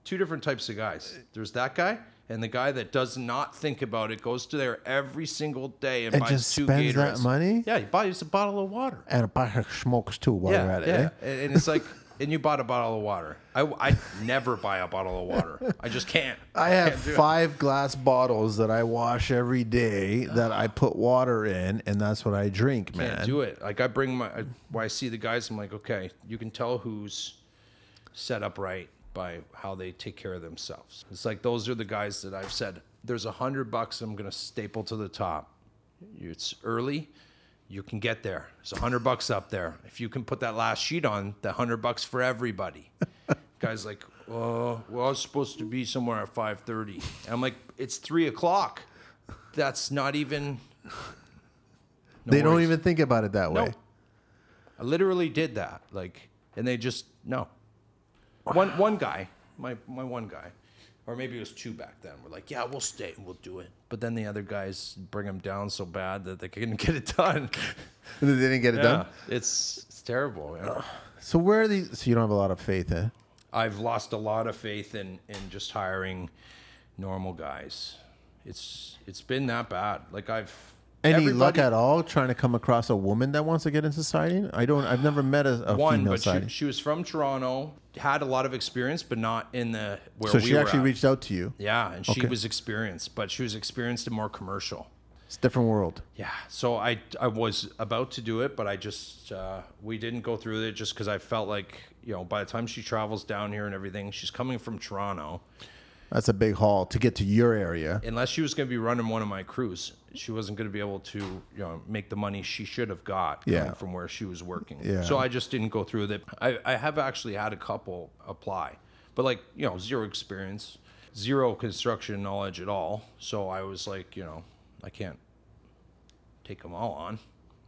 two different types of guys there's that guy and the guy that does not think about it goes to there every single day and,
And
buys
just
two
spends that
Gatorades.
money?
yeah he buys a bottle of water
and a pack of smokes too while you're at it. eh?
And, and it's like, and you bought a bottle of water. I, I never buy a bottle of water. I just can't.
I have five glass bottles that I wash every day that I put water in, and that's what I drink, man.
can't do it. Like I bring my, I, when I see the guys, I'm like, okay, you can tell who's set up right by how they take care of themselves. It's like those are the guys that I've said. There's a hundred bucks I'm gonna staple to the top. It's early. You can get there. It's a hundred bucks up there. If you can put that last sheet on, the hundred bucks for everybody. Guys like, oh, well, I was supposed to be somewhere at five thirty. I'm like, it's three o'clock. That's not even. No
they don't
worries.
even think about it that way.
No. I literally did that. Like, and they just no. One one guy, my my one guy, or maybe it was two back then. We're like, yeah, we'll stay, and we'll do it. But then the other guys bring them down so bad that they couldn't get it done.
They didn't get it
yeah,
done.
it's it's terrible. man.
So where are these? So you don't have a lot of faith, eh?
I've lost a lot of faith in in just hiring normal guys. It's it's been that bad. Like I've
Any luck
everybody-
at all trying to come across a woman that wants to get into siding? I don't. I've never met a, a
one,
female
but she,
siding.
she was from Toronto, had a lot of experience, but not in the where
so
we
she
were
actually
at.
reached out to you.
Yeah, and she
Okay.
was experienced, but she was experienced in more commercial.
It's a different world.
Yeah, so I I was about to do it, but I just uh, we didn't go through with it just because I felt like you know by the time she travels down here and everything, she's coming from Toronto.
That's a big haul to get to your area.
Unless she was going to be running one of my crews, she wasn't going to be able to you know make the money she should have got coming
Yeah.
from where she was working.
Yeah.
So I just didn't go through with it. I I have actually had a couple apply, but like you know zero experience, zero construction knowledge at all. So I was like you know I can't take them all on.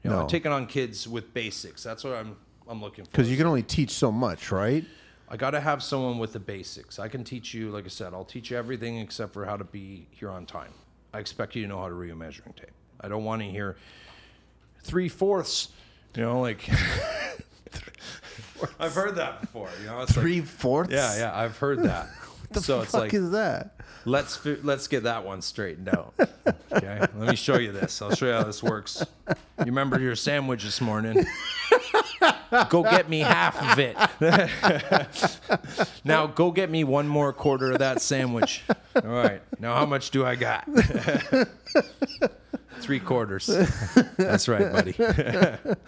You know,
No.
I'm taking on kids with basics. That's what I'm I'm looking for.
Because you can only teach so much, right?
I got to have someone with the basics. I can teach you, like I said, I'll teach you everything except for how to be here on time. I expect you to know how to read a measuring tape. I don't want to hear three fourths, you know, like I've heard that before. You know, it's like-
Three fourths.
yeah, yeah, I've heard that.
The
so
fuck
it's like
is that?
let's fi- let's get that one straightened out. Okay, let me show you this. I'll show you how this works. You remember your sandwich this morning? Go get me half of it. now go get me one more quarter of that sandwich. All right. Now how much do I got? Three quarters. That's right, buddy.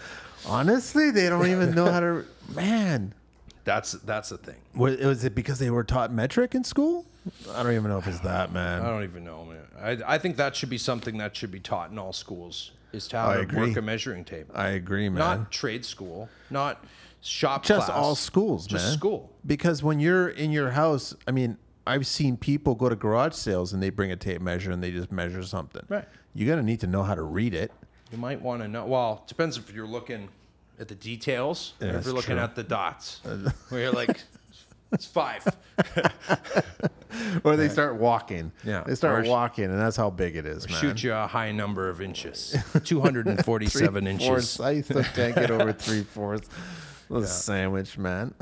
Honestly, they don't even know how to. Man,
That's that's the thing.
Was, was it because they were taught metric in school? I don't even know if it's that,
I
man.
don't even know, man. I, I think that should be something that should be taught in all schools is to how
I
to
agree.
work a measuring tape.
I agree, man.
not trade school, not shop
just
class,
all schools,
just
man.
school.
Because when you're in your house, I mean, I've seen people go to garage sales and they bring a tape measure and they just measure something.
Right.
You're gonna need to know how to read it.
You might want to know. Well, it depends if you're looking at the details, or if
that's
you're looking
true.
at the dots, where you're like, it's five.
Or they start walking.
Yeah.
They start
Or sh-
walking, and that's how big it is, man.
Shoot you a high number of inches, 247 inches.
Fourths. I still can't get over three fourths. Little sandwich, man.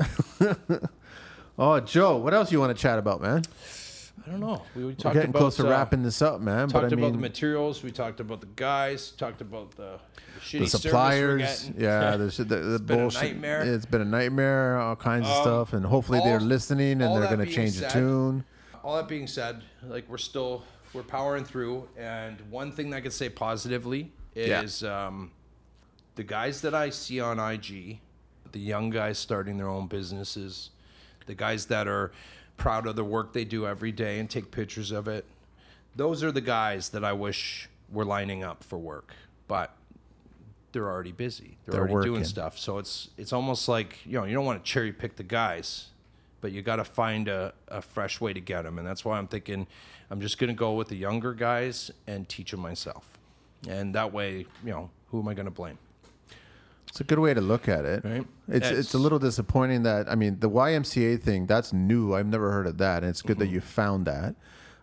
oh, Joe, what else you want to chat about, man?
stuff?
I don't know. We we
We're
talked
getting
about
close to
uh,
wrapping this up, man.
Talked
But I
about the
mean,
materials. We talked about the guys. Talked about the, shitty
the
service we're
suppliers.
getting.
Yeah, the, shit- the, the
been a
bullshit.
nightmare.
It's been a nightmare. All kinds of
Um,
stuff, and hopefully they're
all-
listening and
all
they're
that
going to
being
change the
said,
tune.
All that being said, like we're still we're powering through, and one thing that I could say positively
Yeah.
is um, the guys that I see on IG, the young guys starting their own businesses, the guys that are proud of the work they do every day and take pictures of it. Those are the guys that I wish were lining up for work, but they're already busy. They're,
They're
already doing
working.
stuff. So it's it's almost like you know you don't want to cherry pick the guys, but you got to find a, a fresh way to get them. And that's why I'm thinking I'm just gonna go with the younger guys and teach them myself, and that way you know who am I gonna blame?
It's a good way to look at it.
Right.
It's
That's-
it's a little disappointing that I mean the YMCA thing that's new. I've never heard of that, and it's good
Mm-hmm.
that you found that.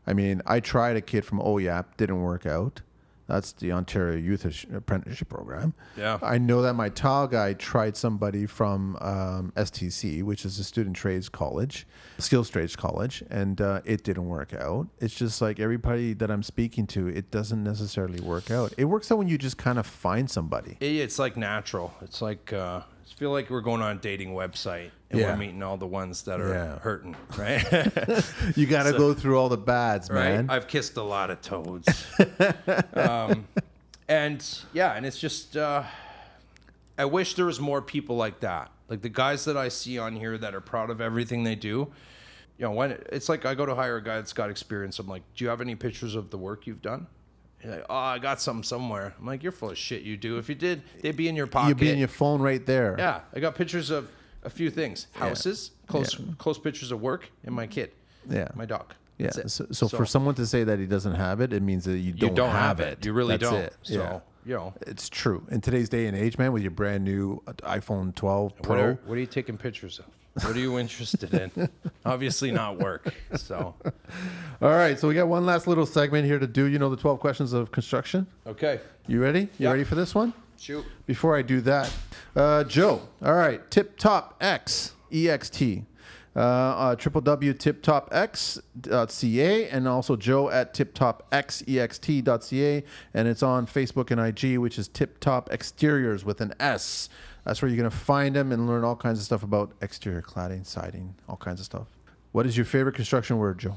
I mean, I tried a kid from OYAP, didn't work out. That's the Ontario Youth Ash- Apprenticeship Program.
Yeah.
I know that my tile guy tried somebody from um, STC, which is a student trades college, skills trades college, and uh, it didn't work out. It's just like everybody that I'm speaking to, it doesn't necessarily work out. It works out when you just kind of find somebody.
It, it's like natural. It's like uh, I feel like we're going on a dating website and
Yeah.
we're meeting all the ones that are
Yeah.
hurting, right?
You got to go through all the bads, man.
Right? I've kissed a lot of toads. um, and yeah, and it's just, uh, I wish there was more people like that. Like the guys that I see on here that are proud of everything they do. You know, when it's like I go to hire a guy that's got experience, I'm like, do you have any pictures of the work you've done? He's like, oh, I got some somewhere. I'm like, you're full of shit. You do. If you did, they'd be in your pocket.
You'd be in your phone right there.
Yeah, I got pictures of a few things: houses, close close pictures of work, and my kid.
Yeah.
my dog.
Yeah.
That's it.
So, so for someone to say that he doesn't have it, it means that
you
you don't,
don't, have it. You really
That's
don't.
it.
So you know,
It's true. In today's day and age, man, with your brand new iPhone 12 Pro,
what are, what are you taking pictures of? What are you interested in? Obviously not work. So
All right, so we got one last little segment here to do. You know the 12 questions of construction.
okay,
You ready? You
Yeah.
ready for this one?
shoot.
Before I do that, uh, Joe. All right, Tip Top X EXT. Uh, uh, www.tiptopx.ca and also Joe at E tiptopxext.ca and it's on Facebook and IG, which is Tip Top Exteriors with an S. That's where you're gonna find them and learn all kinds of stuff about exterior cladding, siding, all kinds of stuff. What is your favorite construction word, Joe?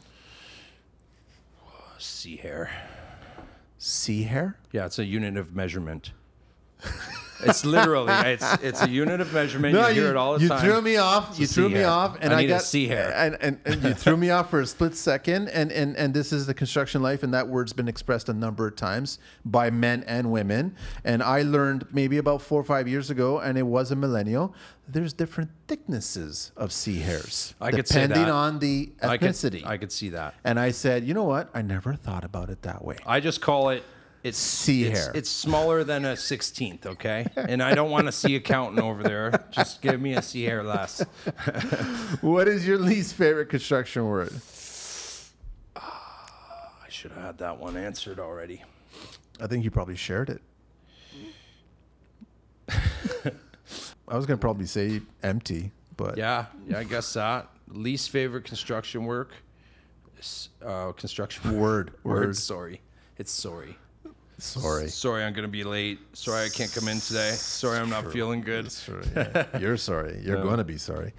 Sea hair.
Sea hair.
Yeah, it's a unit of measurement. It's literally it's it's a unit of measurement. you hear it all the
you
time.
threw me off. You
sea
threw me
hair.
off, and
I
I,
need a
got
sea hair.
And, and, and you threw me off for a split second. And, and and this is the construction life, and that word's been expressed a number of times by men and women. And I learned maybe about four or five years ago, and it was a millennial. There's different thicknesses of sea hairs
I could
depending
see that.
on the
I could,
ethnicity.
I could see that.
and I said, you know what? I never thought about it that way.
I just call it it's
Sea
it's,
hair.
It's smaller than a sixteenth, okay? And I don't want to see accountant over there. Just give me a sea hair less.
What is your least favorite construction word?
I should have had that one answered already.
I think you probably shared it. I was gonna probably say empty, but
Yeah, yeah, I guess that. Least favorite construction work. is, Uh, construction
Word, word.
Sorry, it's sorry.
sorry.
Sorry, I'm gonna be late. Sorry, I can't come in today. Sorry, I'm not feeling good.
Sorry, yeah. You're sorry. You're gonna be sorry.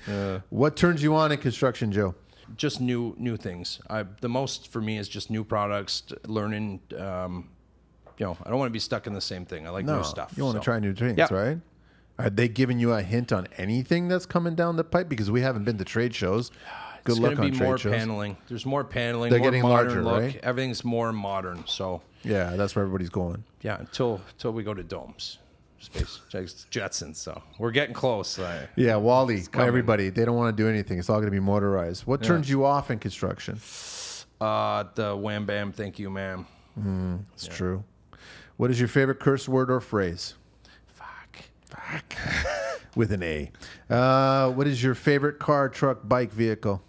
What turns you on in construction, Joe?
Just new, new things. I the most for me is just new products, t- learning. Um, you know, I don't want to be stuck in the same thing. I like new stuff.
You want to
so.
try new things,
Yeah.
right? Are they giving you a hint on anything that's coming down the pipe? Because we haven't been to trade shows. Good
It's going
luck
to
on
be
trade
more
shows.
paneling. There's more paneling.
They're
more
getting
modern
larger,
look.
right?
Everything's more modern. So
Yeah, that's where everybody's going.
Yeah, until until we go to domes, space Jets- Jetsons. So we're getting close. Uh, I,
Yeah, Wally, everybody, they don't want to do anything. It's all going to be motorized. What turns you off in construction?
uh, the wham bam, thank you, ma'am.
It's true. What is your favorite curse word or phrase?
Fuck.
With an A. Uh, what is your favorite car, truck, bike, vehicle?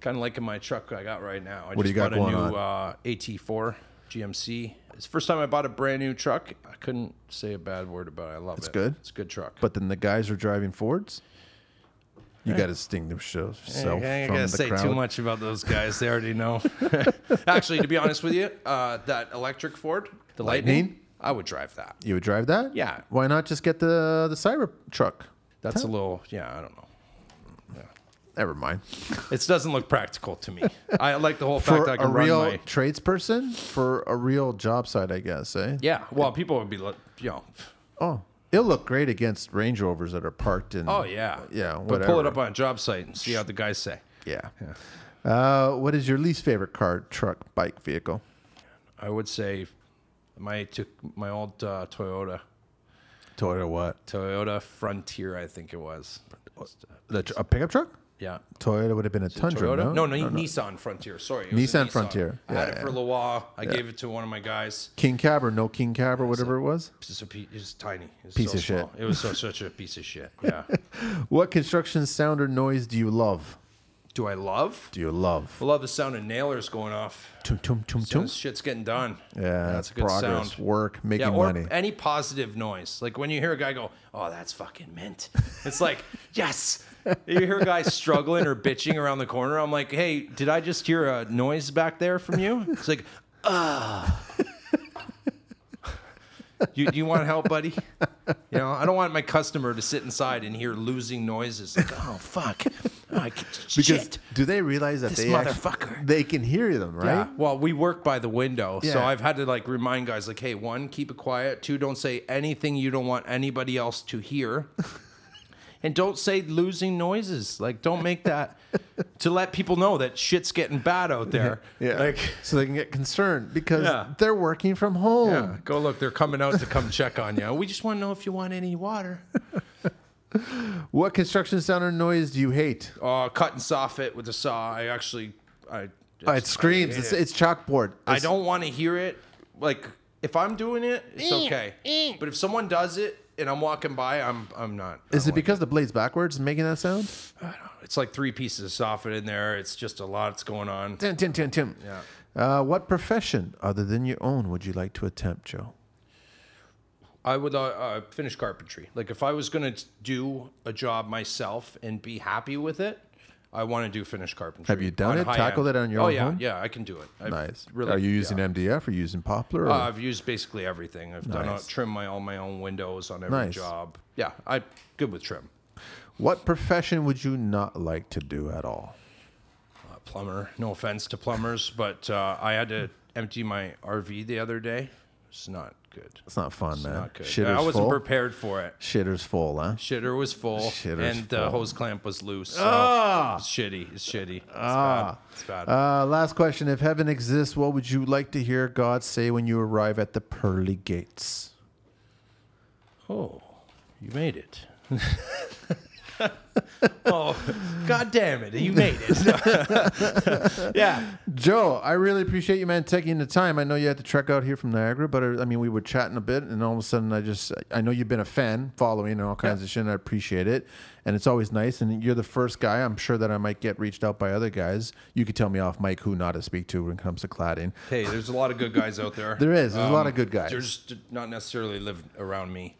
Kind of liking my truck I got right now. I
What do
just
you got
bought
going
a new uh, AT4 GMC. It's the first time I bought a brand new truck. I couldn't say a bad word about it. I love it. It's
good.
It's a good truck.
But then the guys are driving Fords. You got to distinguish yourself
Eh. I ain't
from
gonna
the
say
crowd.
too much about those guys. They already know. Actually, to be honest with you, uh, that electric Ford, the Lightning,
Lightning?
I would drive that.
You would drive that?
Yeah.
Why not just get the the cyber truck?
That's a little, yeah, I don't know.
Never mind.
It doesn't look practical to me. I like the whole fact
For
that I
a
can run
real
my.
tradesperson, for a real job site, I guess. Eh?
Yeah, well, people would be like, you know,
Oh, it'll look great against Range Rovers that are parked in.
oh yeah,
Yeah,
But pull it
whatever.
up on a job site and see how the guys say.
yeah. Uh, what is your least favorite car, truck, bike, vehicle?
I would say my took my old uh, Toyota
Toyota what?
Toyota Frontier, I think it was. Just, uh,
The, tr- a pickup truck?
yeah.
Toyota would have been a Tundra.
Toyota?
No?
No, no, Nissan Frontier. Sorry, it was a
Nissan Frontier.
I had
Yeah,
it for a little while. I gave it to one of my guys.
King Cab or no King Cab or whatever it was.
It's just a pe- it's tiny. It's
Piece
so
of shit.
small. It was so, such a piece of shit. Yeah.
What construction sound or noise do you love?
Do I love?
Do you love?
I love the sound of nailers going off.
Tum tum tum
Soon
tum.
as shit's getting done.
Yeah,
that's a good
progress,
sound.
work, making
Yeah, or eh,
money.
any positive noise. Like when you hear a guy go, "Oh, that's fucking mint." It's like, "Yes." You hear a guy struggling or bitching around the corner. I'm like, "Hey, did I just hear a noise back there from you?" It's like, "Ah." you you want help, buddy? You know, I don't want my customer to sit inside and hear losing noises. Like, "Oh, fuck." Oh, I c-
Because
shit.
do they realize that
This
they actu-
motherfucker.
they can hear them, right?
Yeah. Well, we work by the window, so
Yeah.
I've had to like remind guys like, hey, one, keep it quiet. Two, don't say anything you don't want anybody else to hear. and don't say losing noises. Like, don't make that to let people know that shit's getting bad out there.
Yeah.
Like,
so they can get concerned because
Yeah.
they're working from home.
yeah, go look. They're coming out to come check on you. We just want to know if you want any water.
What construction sound or noise do you hate?
Uh, cut and soffit with a saw. I actually, I.
Oh, it screams. It's, it's chalkboard.
I
It's-
don't want to hear it. Like if I'm doing it, it's okay. But if someone does it and I'm walking by, I'm I'm not. I
Is it
don't like
because the blade's backwards making that sound?
it. it's like three pieces of soffit in there? It's just a lot that's going on.
Tim, Tim, Tim, Tim.
Yeah.
Uh, what profession other than your own would you like to attempt, Joe?
I would uh, uh, finish carpentry. Like if I was gonna t- do a job myself and be happy with it, I want to do finish carpentry.
Have you done
on
it?
high
Tackled
end.
it on your
oh,
own
yeah,
home?
yeah, I can do it. I've
Nice.
Really?
Are you
yeah.
using MDF or using poplar? Or?
Uh, I've used basically everything. I've done uh,
Nice.
trim my all my own windows on every
Nice.
job. Yeah, I'm good with trim.
what profession would you not like to do at all?
a plumber. No offense to plumbers, but uh, I had to empty my RV the other day. It's not good.
It's not fun, man.
Not good.
Shitter's
I wasn't
full.
prepared for it.
Shitter's full, huh?
Shitter was full,
Shitter's
and the
full.
hose clamp was loose. So it's shitty. It's shitty. It's bad. It's bad.
Ah. Uh, last question. If heaven exists, what would you like to hear God say when you arrive at the pearly gates?
oh, you made it. oh, god damn it! You made it. yeah.
Joe, I really appreciate you, man, taking the time. I know you had to trek out here from Niagara, but uh, I I mean, we were chatting a bit, and all of a sudden, I just, I know you've been a fan, following and all kinds of shit, and I appreciate it. And it's always nice. And you're the first guy, I'm sure that I might get reached out by other guys. You could tell me off mic who not to speak to when it comes to cladding.
Hey, there's a lot of good guys out there.
There is. There's a lot of good guys.
They're just not necessarily live around me.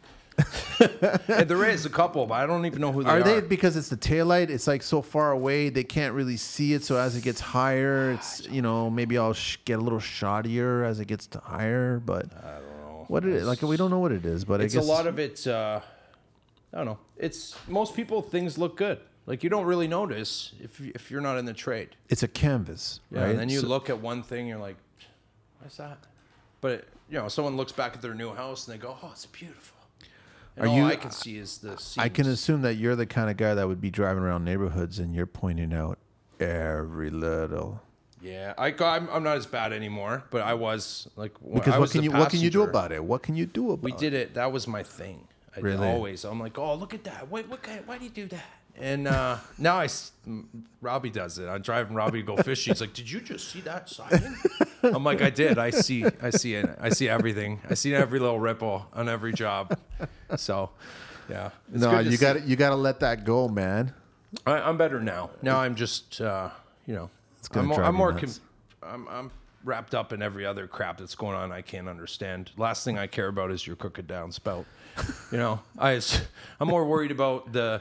And there is a couple, but I don't even know who they are.
Are they because it's the taillight? It's like so far away they can't really see it. So as it gets higher, it's you know maybe I'll sh- get a little shoddier as it gets to higher. But
I don't know.
what it is like we don't know what it is. But
It's
I guess
a lot of it's. Uh, I don't know. It's most people things look good. Like you don't really notice if you- if you're not in the trade.
it's a canvas,
Yeah.
right?
And then you
So-
look at one thing, you're like, what's that? But you know, someone looks back at their new house and they go, oh, it's beautiful. And
Are
all
you-
I can see is the. Seams.
I can assume that you're the kind of guy that would be driving around neighborhoods and you're pointing out every little.
Yeah, I got, I'm, I'm not as bad anymore, but I was like, wh-
Because
I
what
was
can
the
you what can you do
passenger.
about it? What can you do about
We
it?
did it. That was my thing. I
Really?
always. I'm like, oh, look at that. Wait, what kind? Why do you do that? And uh, now I, s- m- Robbie does it. I'm driving Robbie to go fishing. He's like, did you just see that sign? I'm like, I did. I see. I see it. I see everything. I see every little ripple on every job. So, yeah. It's
No,
good to
you
see.
got to you got to let that go, man.
I, I'm better now. Now I'm just, uh, you know,
gonna
I'm more,
drive
I'm
you
more,
nuts.
com- I'm, I'm wrapped up in every other crap that's going on. I can't understand. Last thing I care about is your crooked down spout. You know, I, s- I'm more worried about the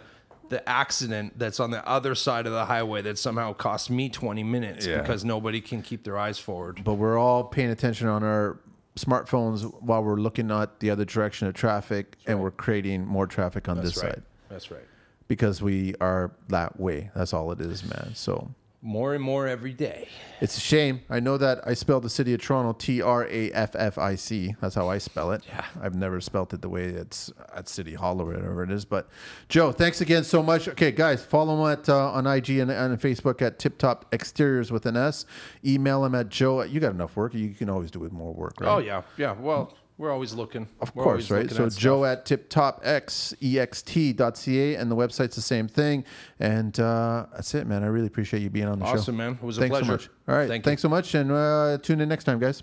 the accident that's on the other side of the highway that somehow cost me 20 minutes
Yeah.
because nobody can keep their eyes forward.
but we're all paying attention on our smartphones while we're looking at the other direction of traffic and we're creating more traffic on this
right.
side
That's right.
because we are that way that's all it is man so
More and more every day.
it's a shame i know that i spelled the city of toronto t-r-a-f-f-i-c that's how i spell it yeah i've never spelled it the way it's at city hall or whatever it is but joe thanks again so much okay guys follow him at uh, on ig and, and facebook at tip top exteriors with an s email him at joe you got enough work you can always do with more work right
Oh, yeah. Yeah. Well, we're always looking.
Of course, right? So joe at tiptopxext.ca and the website's the same thing. And uh, that's it, man. I really appreciate you being on the show.
Awesome, man. It was a
Thanks
pleasure.
so much. All right.
Thank you.
Thanks so much. And uh, tune in next time, guys.